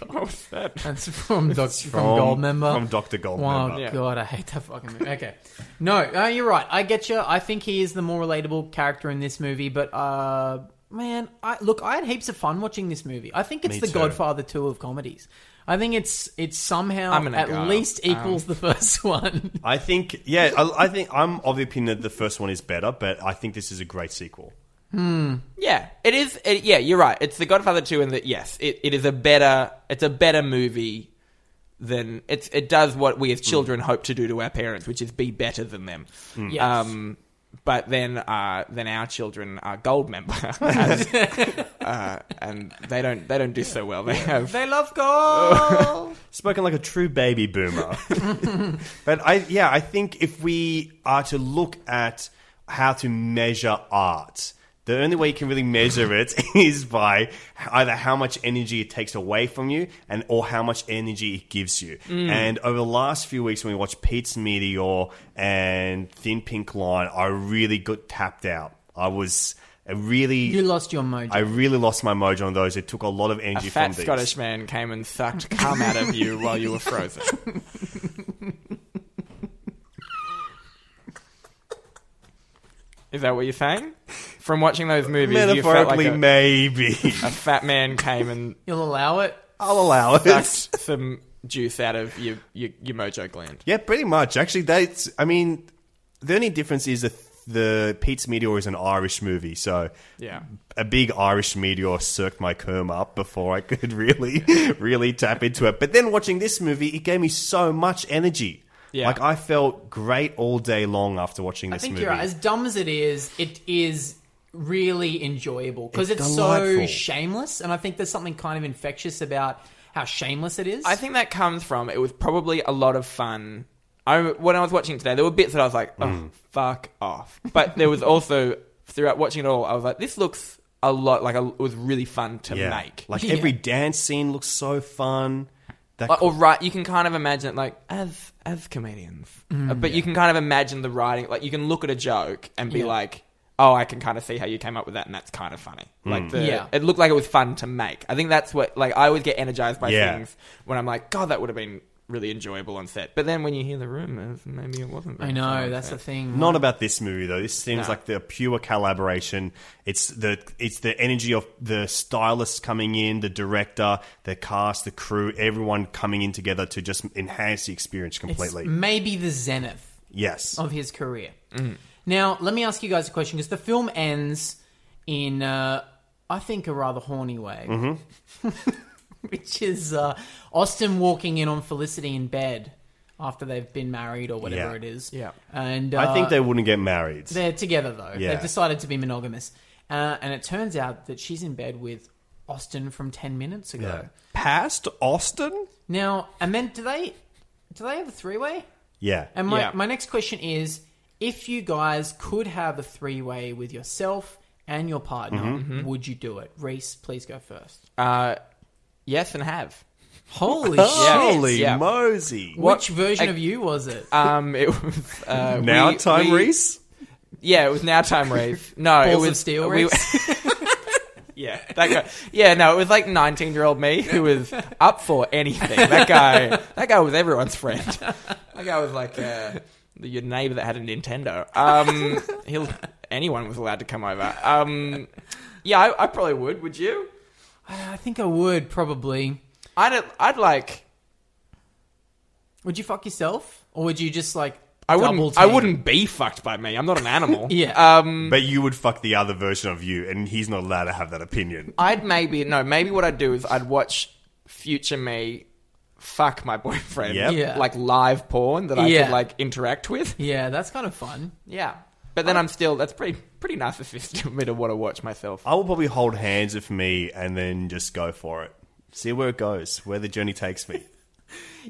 [SPEAKER 4] What was that?
[SPEAKER 3] That's from Doc, from,
[SPEAKER 2] from-
[SPEAKER 3] Goldmember.
[SPEAKER 2] from Dr.
[SPEAKER 3] Oh
[SPEAKER 2] Goldmember. Yeah.
[SPEAKER 3] god, I hate that fucking movie. Okay, no, uh, you're right. I get you. I think he is the more relatable character in this movie. But uh, man, I look, I had heaps of fun watching this movie. I think it's
[SPEAKER 2] Me
[SPEAKER 3] the
[SPEAKER 2] too.
[SPEAKER 3] Godfather two of comedies. I think it's it's somehow
[SPEAKER 4] I'm gonna
[SPEAKER 3] at
[SPEAKER 4] go.
[SPEAKER 3] least equals the first one.
[SPEAKER 2] I think yeah I, I think I'm of the opinion that the first one is better but I think this is a great sequel
[SPEAKER 4] Yeah, it is. It, yeah, you're right. It's The Godfather Two, and that yes, it, it is a better it's a better movie than it's it does what we as children hope to do to our parents, which is be better than them.
[SPEAKER 3] Yes.
[SPEAKER 4] Um, but then uh, then our children are gold member, and, uh, and they don't they don't do so well. They have
[SPEAKER 3] they love gold.
[SPEAKER 2] spoken like a true baby boomer. but I, yeah, I think if we are to look at how to measure art, the only way you can really measure it is by either how much energy it takes away from you and or how much energy it gives you.
[SPEAKER 4] Mm.
[SPEAKER 2] And over the last few weeks when we watched Pete's Meteor and Thin Pink Line, I really got tapped out. I was I really
[SPEAKER 3] you lost your mojo.
[SPEAKER 2] I really lost my mojo on those. It took a lot of
[SPEAKER 4] a
[SPEAKER 2] energy from
[SPEAKER 4] fat
[SPEAKER 2] these.
[SPEAKER 4] Scottish man came and sucked cum out of you while you were frozen. Is that what you're saying? From watching those movies, you felt like
[SPEAKER 2] Metaphorically,
[SPEAKER 4] a,
[SPEAKER 2] maybe.
[SPEAKER 4] a fat man came and
[SPEAKER 3] You'll allow it.
[SPEAKER 2] I'll allow it.
[SPEAKER 4] sucked some juice out of your, your, your mojo gland.
[SPEAKER 2] Yeah, pretty much. Actually, that's. I mean, the only difference is that the Pete's Meteor is an Irish movie, so
[SPEAKER 4] Yeah.
[SPEAKER 2] a big Irish meteor circled my kerm up before I could really, really tap into it. But then watching this movie, it gave me so much energy.
[SPEAKER 4] Yeah.
[SPEAKER 2] Like I felt great all day long after watching
[SPEAKER 3] I
[SPEAKER 2] this
[SPEAKER 3] think
[SPEAKER 2] movie.
[SPEAKER 3] you're right. As dumb as it is, it is really enjoyable because
[SPEAKER 2] It's
[SPEAKER 3] it's,
[SPEAKER 2] delightful.
[SPEAKER 3] so shameless, and I think there's something kind of infectious about how shameless it is.
[SPEAKER 4] I think that comes from it was probably a lot of fun. I when I was watching today, there were bits that I was like, "Oh,
[SPEAKER 2] Mm.
[SPEAKER 4] fuck off!" But there was also throughout watching it all, I was like, "This looks a lot like a, it was really fun to
[SPEAKER 2] yeah.
[SPEAKER 4] make."
[SPEAKER 2] Like every dance scene looks so fun. That
[SPEAKER 4] Like, or right, you can kind of imagine it like as as comedians, Uh,
[SPEAKER 2] Mm-hmm.
[SPEAKER 4] but you can kind of imagine the writing. Like you can look at a joke and be like, "Oh, I can kind of see how you came up with that, and that's kind of funny."
[SPEAKER 2] Mm.
[SPEAKER 4] Like the,
[SPEAKER 3] Yeah.
[SPEAKER 4] it looked like it was fun to make. I think that's what like I always get energized by
[SPEAKER 2] Yeah.
[SPEAKER 4] things when I'm like, "God, that would have been really enjoyable on set." But then when you hear the rumors, maybe it wasn't.
[SPEAKER 3] I
[SPEAKER 4] very fun
[SPEAKER 3] know
[SPEAKER 4] on
[SPEAKER 3] that's
[SPEAKER 4] set.
[SPEAKER 3] the thing.
[SPEAKER 2] Oh, Not about this movie though. This seems like the pure collaboration. It's the it's the energy of the stylists coming in, the director, the cast, the crew, everyone coming in together to just enhance the experience
[SPEAKER 3] It's
[SPEAKER 2] completely.
[SPEAKER 3] maybe the zenith
[SPEAKER 2] yes.
[SPEAKER 3] of his career.
[SPEAKER 2] Mm.
[SPEAKER 3] Now, let me ask you guys a question because the film ends in, uh, I think, a rather horny way,
[SPEAKER 2] Mm-hmm.
[SPEAKER 3] which is uh, Austin walking in on Felicity in bed after they've been married or whatever
[SPEAKER 2] Yeah.
[SPEAKER 3] it is.
[SPEAKER 4] Yeah.
[SPEAKER 3] and uh,
[SPEAKER 2] I think they wouldn't get married.
[SPEAKER 3] They're together though.
[SPEAKER 2] Yeah.
[SPEAKER 3] They've decided to be monogamous, uh, and it turns out that she's in bed with Austin from ten minutes ago.
[SPEAKER 2] Past Austin?
[SPEAKER 3] Now, and then do they do they have a three way?
[SPEAKER 2] Yeah.
[SPEAKER 3] And my
[SPEAKER 4] Yeah.
[SPEAKER 3] my next question is, if you guys could have a three way with yourself and your partner, would you do it? Reese, please go first.
[SPEAKER 4] Uh, yes, and have.
[SPEAKER 3] Holy shit!
[SPEAKER 2] Holy
[SPEAKER 4] Yeah.
[SPEAKER 2] mosey.
[SPEAKER 3] Which
[SPEAKER 4] What-
[SPEAKER 3] version
[SPEAKER 4] I-
[SPEAKER 3] of you was it?
[SPEAKER 4] Um, it was uh,
[SPEAKER 2] Now
[SPEAKER 4] we-
[SPEAKER 2] time,
[SPEAKER 4] we-
[SPEAKER 2] Reese?
[SPEAKER 4] Yeah, it was now time rave. No, it
[SPEAKER 3] Balls
[SPEAKER 4] was
[SPEAKER 3] of steel
[SPEAKER 4] we-
[SPEAKER 3] Reese?
[SPEAKER 4] yeah, that guy. Yeah, no, it was like nineteen year old me who was up for anything. That guy. That guy was everyone's friend. That guy was like uh, your neighbor that had a Nintendo. Um, he'll anyone was allowed to come over. Um, yeah, I, I probably would. Would you?
[SPEAKER 3] I think I would probably.
[SPEAKER 4] I'd I'd like.
[SPEAKER 3] Would you fuck yourself, or would you just like?
[SPEAKER 4] I wouldn't.
[SPEAKER 3] double
[SPEAKER 4] I
[SPEAKER 3] team?
[SPEAKER 4] wouldn't be fucked by me. I'm not an animal.
[SPEAKER 3] Yeah.
[SPEAKER 4] Um,
[SPEAKER 2] Mm. But you would fuck the other version of you, and he's not allowed to have that opinion.
[SPEAKER 4] I'd maybe no, maybe what I'd do is I'd watch future me fuck my boyfriend.
[SPEAKER 2] Yep.
[SPEAKER 3] Yeah.
[SPEAKER 4] Like live porn that I
[SPEAKER 3] Yeah.
[SPEAKER 4] could like interact with.
[SPEAKER 3] Yeah, that's kind of fun.
[SPEAKER 4] Yeah. But then I'm still that's pretty pretty narcissistic of me to want to watch myself.
[SPEAKER 2] I will probably hold hands with me and then just go for it. See where it goes, where the journey takes me.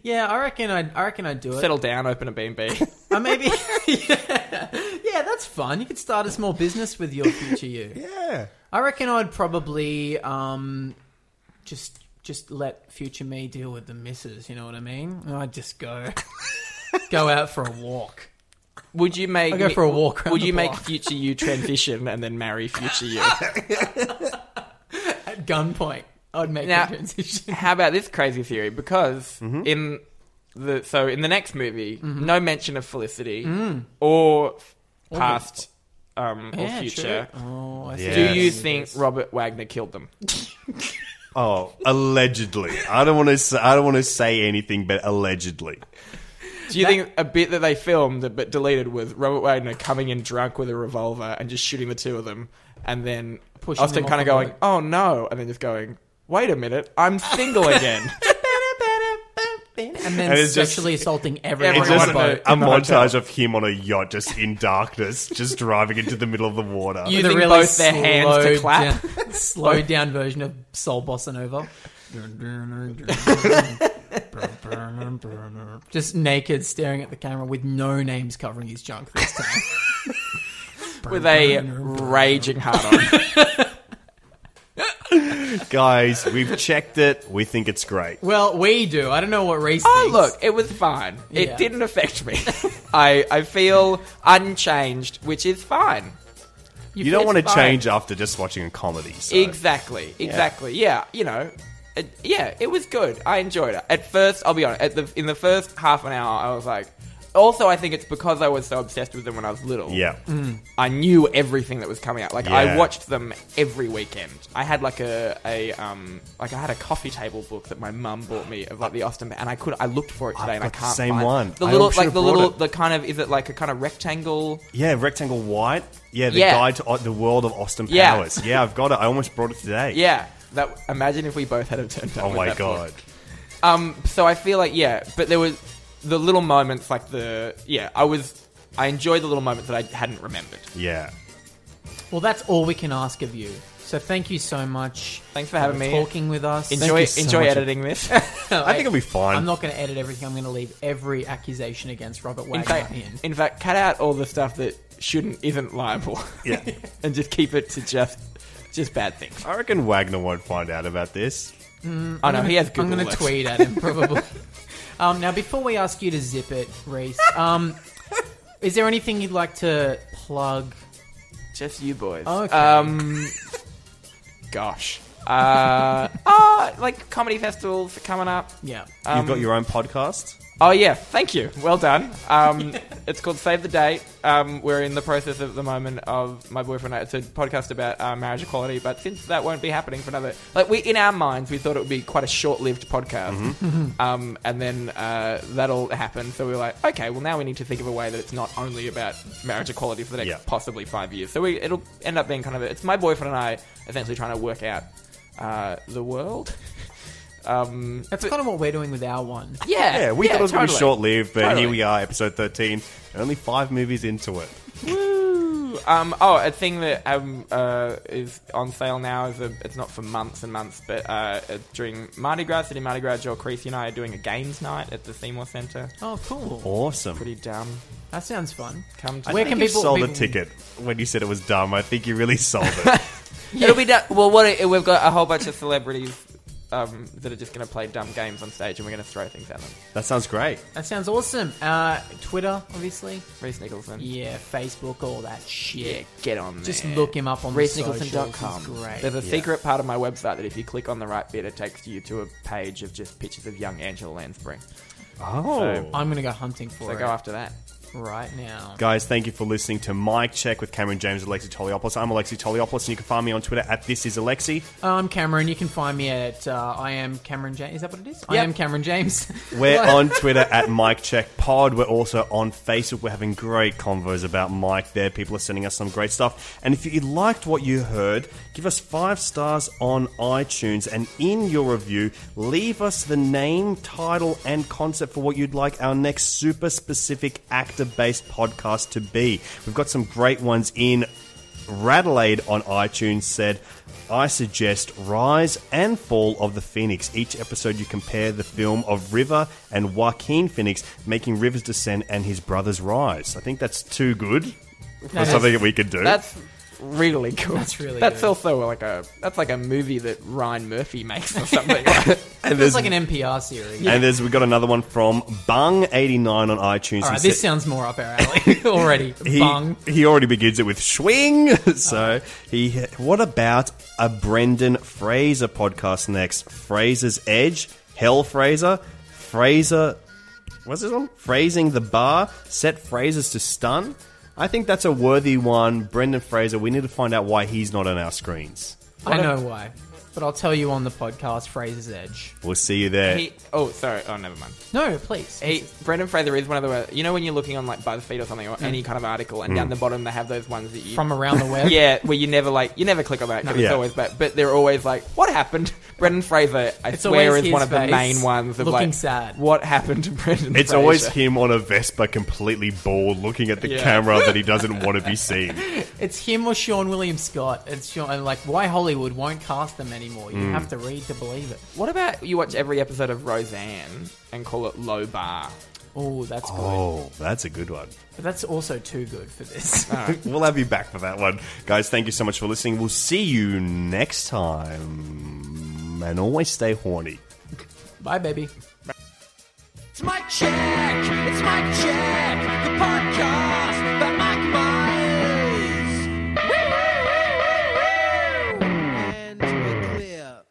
[SPEAKER 3] Yeah, I reckon I'd. I reckon I'd do it.
[SPEAKER 4] Settle down, open a B&B.
[SPEAKER 3] I maybe. yeah. yeah, that's fun. You could start a small business with your future you.
[SPEAKER 2] Yeah.
[SPEAKER 3] I reckon I'd probably um, just just let future me deal with the misses. You know what I mean? And I'd just go go out for a walk.
[SPEAKER 4] would you make
[SPEAKER 3] I'll go
[SPEAKER 4] me-
[SPEAKER 3] for a walk around
[SPEAKER 4] Would
[SPEAKER 3] the
[SPEAKER 4] you make
[SPEAKER 3] block.
[SPEAKER 4] future you transition and then marry future you?
[SPEAKER 3] At gunpoint, I'd make
[SPEAKER 4] Now-
[SPEAKER 3] the transition.
[SPEAKER 4] How about this crazy theory? Because in the so in the next movie,
[SPEAKER 3] Mm-hmm.
[SPEAKER 4] no mention of Felicity or past um, or
[SPEAKER 3] Mm. Yeah,
[SPEAKER 4] future.
[SPEAKER 3] true. Oh, I see.
[SPEAKER 2] Yeah.
[SPEAKER 4] Do you
[SPEAKER 2] Yes.
[SPEAKER 4] think Robert Wagner killed them?
[SPEAKER 2] Oh, allegedly. I don't want to. Say, I don't want to say anything, but allegedly.
[SPEAKER 4] Do you think a bit that they filmed but deleted was Robert Wagner coming in drunk with a revolver and just shooting the two of them, and then
[SPEAKER 3] Pushing
[SPEAKER 4] Austin
[SPEAKER 3] them
[SPEAKER 4] kind
[SPEAKER 3] off
[SPEAKER 4] of
[SPEAKER 3] the
[SPEAKER 4] going,
[SPEAKER 3] boat.
[SPEAKER 4] "Oh no," and then just going, "Wait a minute, I'm single again."
[SPEAKER 3] And then
[SPEAKER 2] And it's just-
[SPEAKER 3] sexually assaulting
[SPEAKER 2] It's
[SPEAKER 3] everyone.
[SPEAKER 4] Everyone
[SPEAKER 2] just
[SPEAKER 3] on
[SPEAKER 2] a,
[SPEAKER 3] the boat.
[SPEAKER 4] in the
[SPEAKER 2] montage of him on a yacht, just in darkness, just driving into the middle of the water.
[SPEAKER 4] You
[SPEAKER 3] With a
[SPEAKER 4] think
[SPEAKER 3] really
[SPEAKER 4] both their hands to
[SPEAKER 3] slowed
[SPEAKER 4] clap?
[SPEAKER 3] down- slowed down version of Soul Bossa Nova. Just naked, staring at the camera with no names covering his junk this time.
[SPEAKER 4] with a raging heart on.
[SPEAKER 2] Guys, we've checked it. We think it's great.
[SPEAKER 3] well, we do. I don't know what race.
[SPEAKER 4] oh
[SPEAKER 3] thinks.
[SPEAKER 4] look, it was fine. It
[SPEAKER 3] Yeah.
[SPEAKER 4] didn't affect me. I I feel unchanged, which is fine.
[SPEAKER 2] You don't
[SPEAKER 4] it's
[SPEAKER 2] want to
[SPEAKER 4] fine.
[SPEAKER 2] change after just watching a comedy. So.
[SPEAKER 4] Exactly, exactly. Yeah, you know, it, yeah, it was good. I enjoyed it. At first, I'll be honest. At the in the first half an hour, I was like. Also, I think it's because I was so obsessed with them when I was little.
[SPEAKER 2] Yeah.
[SPEAKER 4] I knew everything that was coming out. Like
[SPEAKER 2] Yeah.
[SPEAKER 4] I watched them every weekend. I had like a, a um like I had a coffee table book that my mum bought me of like the Austin and I could I looked for it today
[SPEAKER 2] I've
[SPEAKER 4] and I
[SPEAKER 2] got the
[SPEAKER 4] can't
[SPEAKER 2] same
[SPEAKER 4] find
[SPEAKER 2] one.
[SPEAKER 4] the
[SPEAKER 2] I
[SPEAKER 4] little
[SPEAKER 2] should
[SPEAKER 4] like
[SPEAKER 2] have
[SPEAKER 4] the
[SPEAKER 2] brought
[SPEAKER 4] little
[SPEAKER 2] it.
[SPEAKER 4] the kind of is it like a kind of rectangle
[SPEAKER 2] Yeah, rectangle white. Yeah, the
[SPEAKER 4] Yeah.
[SPEAKER 2] guide to uh, the world of Austin
[SPEAKER 4] Yeah.
[SPEAKER 2] Powers. Yeah, I've got it. I almost brought it today.
[SPEAKER 4] yeah that imagine if we both had it turned up
[SPEAKER 2] Oh
[SPEAKER 4] with
[SPEAKER 2] my
[SPEAKER 4] that book.
[SPEAKER 2] god.
[SPEAKER 4] Um, so I feel like yeah, but there was the little moments like the yeah, I was I enjoyed the little moments that I hadn't remembered.
[SPEAKER 2] Yeah.
[SPEAKER 3] Well, that's all we can ask of you. So thank you so much.
[SPEAKER 4] Thanks for having me.
[SPEAKER 3] Talking with us.
[SPEAKER 4] Enjoy
[SPEAKER 3] Thank you so
[SPEAKER 4] enjoy
[SPEAKER 3] much.
[SPEAKER 4] editing this.
[SPEAKER 2] I think it'll be fine.
[SPEAKER 3] I'm not going to edit everything. I'm going to leave every accusation against Robert
[SPEAKER 4] in
[SPEAKER 3] Wagner
[SPEAKER 4] fact,
[SPEAKER 3] in.
[SPEAKER 4] in fact, cut out all the stuff that shouldn't isn't liable.
[SPEAKER 2] Yeah.
[SPEAKER 4] and just keep it to just just bad things.
[SPEAKER 2] I reckon Wagner won't find out about this.
[SPEAKER 4] Oh no, he has Google.
[SPEAKER 3] I'm going to
[SPEAKER 4] Alerts.
[SPEAKER 3] tweet at him probably. um, now, before we ask you to zip it, Reese, um, is there anything you'd like to plug?
[SPEAKER 4] Just you boys.
[SPEAKER 3] Okay.
[SPEAKER 4] Um, gosh. Uh, ah, like comedy festivals are coming up.
[SPEAKER 3] Yeah.
[SPEAKER 2] You've got your own podcast.
[SPEAKER 4] Oh yeah, thank you. Well done. Um, it's called Save the Date. Um, we're in the process at the moment of my boyfriend. and I- It's a podcast about uh, marriage equality, but since that won't be happening for another, like we in our minds, we thought it would be quite a short-lived podcast.
[SPEAKER 2] Mm-hmm.
[SPEAKER 4] Um, and then uh, that'll happen. So we were like, okay, well now we need to think of a way that it's not only about marriage equality for the next
[SPEAKER 2] Yeah.
[SPEAKER 4] possibly five years. So we, it'll end up being kind of a, it's my boyfriend and I essentially trying to work out uh, the world. Um,
[SPEAKER 3] That's kind of what we're doing with our one.
[SPEAKER 4] Uh, yeah,
[SPEAKER 2] Yeah, we thought it was going to
[SPEAKER 4] totally.
[SPEAKER 2] be short lived, but
[SPEAKER 4] Totally.
[SPEAKER 2] here we are, episode 13, and only five movies into it.
[SPEAKER 4] Um, oh, a thing that um, uh, is on sale now is a, it's not for months and months, but uh, uh, during Mardi Gras, City Mardi Gras, Joel Creasy and I are doing a games night at the Seymour Centre.
[SPEAKER 3] Oh, cool.
[SPEAKER 2] Awesome.
[SPEAKER 4] Pretty dumb.
[SPEAKER 3] That sounds fun.
[SPEAKER 4] Come to
[SPEAKER 3] Where
[SPEAKER 2] I
[SPEAKER 3] can
[SPEAKER 2] think you
[SPEAKER 3] people-
[SPEAKER 2] sold
[SPEAKER 3] people-
[SPEAKER 2] a ticket when you said it was dumb? I think you really sold it.
[SPEAKER 4] It'll be done. Well, what it, we've got a whole bunch of celebrities um, that are just going to play dumb games on stage and we're going to throw things at them.
[SPEAKER 2] That sounds great.
[SPEAKER 3] That sounds awesome. Uh, Twitter, obviously.
[SPEAKER 4] Reese Nicholson.
[SPEAKER 3] Yeah, Facebook, all that shit.
[SPEAKER 4] Get on
[SPEAKER 3] Just
[SPEAKER 4] there.
[SPEAKER 3] look him up on the
[SPEAKER 4] ReeseNicholson.com.
[SPEAKER 3] socials. He's great.
[SPEAKER 4] There's a secret part of my website that if you click on the right bit, it takes you to a page of just pictures of young Angela Lansbury.
[SPEAKER 2] Oh.
[SPEAKER 3] I'm going to go hunting for
[SPEAKER 4] So
[SPEAKER 3] it
[SPEAKER 4] go after that.
[SPEAKER 3] right now.
[SPEAKER 2] Guys, thank you for listening to Mike Check with Cameron James and Alexi Toliopoulos. I'm Alexi Toliopoulos, and you can find me on Twitter at This Is Alexi,
[SPEAKER 3] Uh, I'm Cameron. You can find me at uh, I am Cameron James. Is that what it is? I
[SPEAKER 4] Yep.
[SPEAKER 3] am Cameron James.
[SPEAKER 2] We're on Twitter at Mike Check Pod. We're also on Facebook. We're having great convos about Mike there. People are sending us some great stuff. And if you liked what you heard, give us five stars on iTunes. And in your review, leave us the name, title, and concept for what you'd like our next super specific actor based podcast to be. We've got some great ones in. Radelaide on iTunes said, I suggest Rise and Fall of the Phoenix. Each episode, you compare the film of River and Joaquin Phoenix making River's descent and his brother's rise. I think that's too good for something that we could do.
[SPEAKER 4] That's really cool.
[SPEAKER 3] That's really
[SPEAKER 4] That's
[SPEAKER 3] good.
[SPEAKER 4] also like a that's like a movie that Ryan Murphy makes or something. Right?
[SPEAKER 2] and
[SPEAKER 3] It's
[SPEAKER 2] there's,
[SPEAKER 3] like an NPR series.
[SPEAKER 2] and there's we got another one from Bung89 on iTunes.
[SPEAKER 3] All
[SPEAKER 2] who
[SPEAKER 3] right, this
[SPEAKER 2] said-
[SPEAKER 3] sounds more up our alley already.
[SPEAKER 2] he,
[SPEAKER 3] Bung.
[SPEAKER 2] he already begins it with swing. so he. What about a Brendan Fraser podcast next? Fraser's Edge, Hell Fraser, Fraser. What's this one? Phrasing the bar, set Frasers to stun. I think that's a worthy one. Brendan Fraser. We need to find out why he's not on our screens.
[SPEAKER 3] I know why, but I'll tell you on the podcast. Fraser's Edge.
[SPEAKER 2] We'll see you there.
[SPEAKER 4] He, oh, sorry. Oh, never mind.
[SPEAKER 3] No, please.
[SPEAKER 4] He, Brendan Fraser is one of the you know when you're looking on like BuzzFeed or something or any kind of article, and down the bottom they have those ones that you
[SPEAKER 3] Mm. From around the web.
[SPEAKER 4] Yeah, where you never like you never click on that 'cause it's
[SPEAKER 2] Yeah.
[SPEAKER 4] always but but they're always like, what happened? Brendan Fraser, I
[SPEAKER 3] It's
[SPEAKER 4] swear,
[SPEAKER 3] always
[SPEAKER 4] is one
[SPEAKER 3] his
[SPEAKER 4] of the
[SPEAKER 3] face,
[SPEAKER 4] main ones of
[SPEAKER 3] looking
[SPEAKER 4] like,
[SPEAKER 3] sad.
[SPEAKER 4] What happened to Brendan?
[SPEAKER 2] it's
[SPEAKER 4] Fraser?
[SPEAKER 2] always him on a Vespa, completely bald, looking at the
[SPEAKER 4] Yeah.
[SPEAKER 2] camera that he doesn't want to be seen.
[SPEAKER 3] It's him or Sean William Scott. It's Sean, and like why Hollywood won't cast them anymore. You have to read to believe it.
[SPEAKER 4] What about you watch every episode of Roseanne and call it low bar?
[SPEAKER 3] Oh, that's good.
[SPEAKER 2] Oh, that's a good one.
[SPEAKER 3] But that's also too good for this.
[SPEAKER 2] we'll have you back for that one. Guys, thank you so much for listening. We'll see you next time. And always stay horny.
[SPEAKER 3] Bye, baby.
[SPEAKER 5] It's Mike Check. It's Mike Check. The podcast by Mike Myers. And we're clear.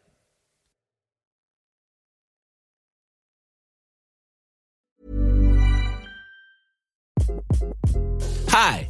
[SPEAKER 11] Hi,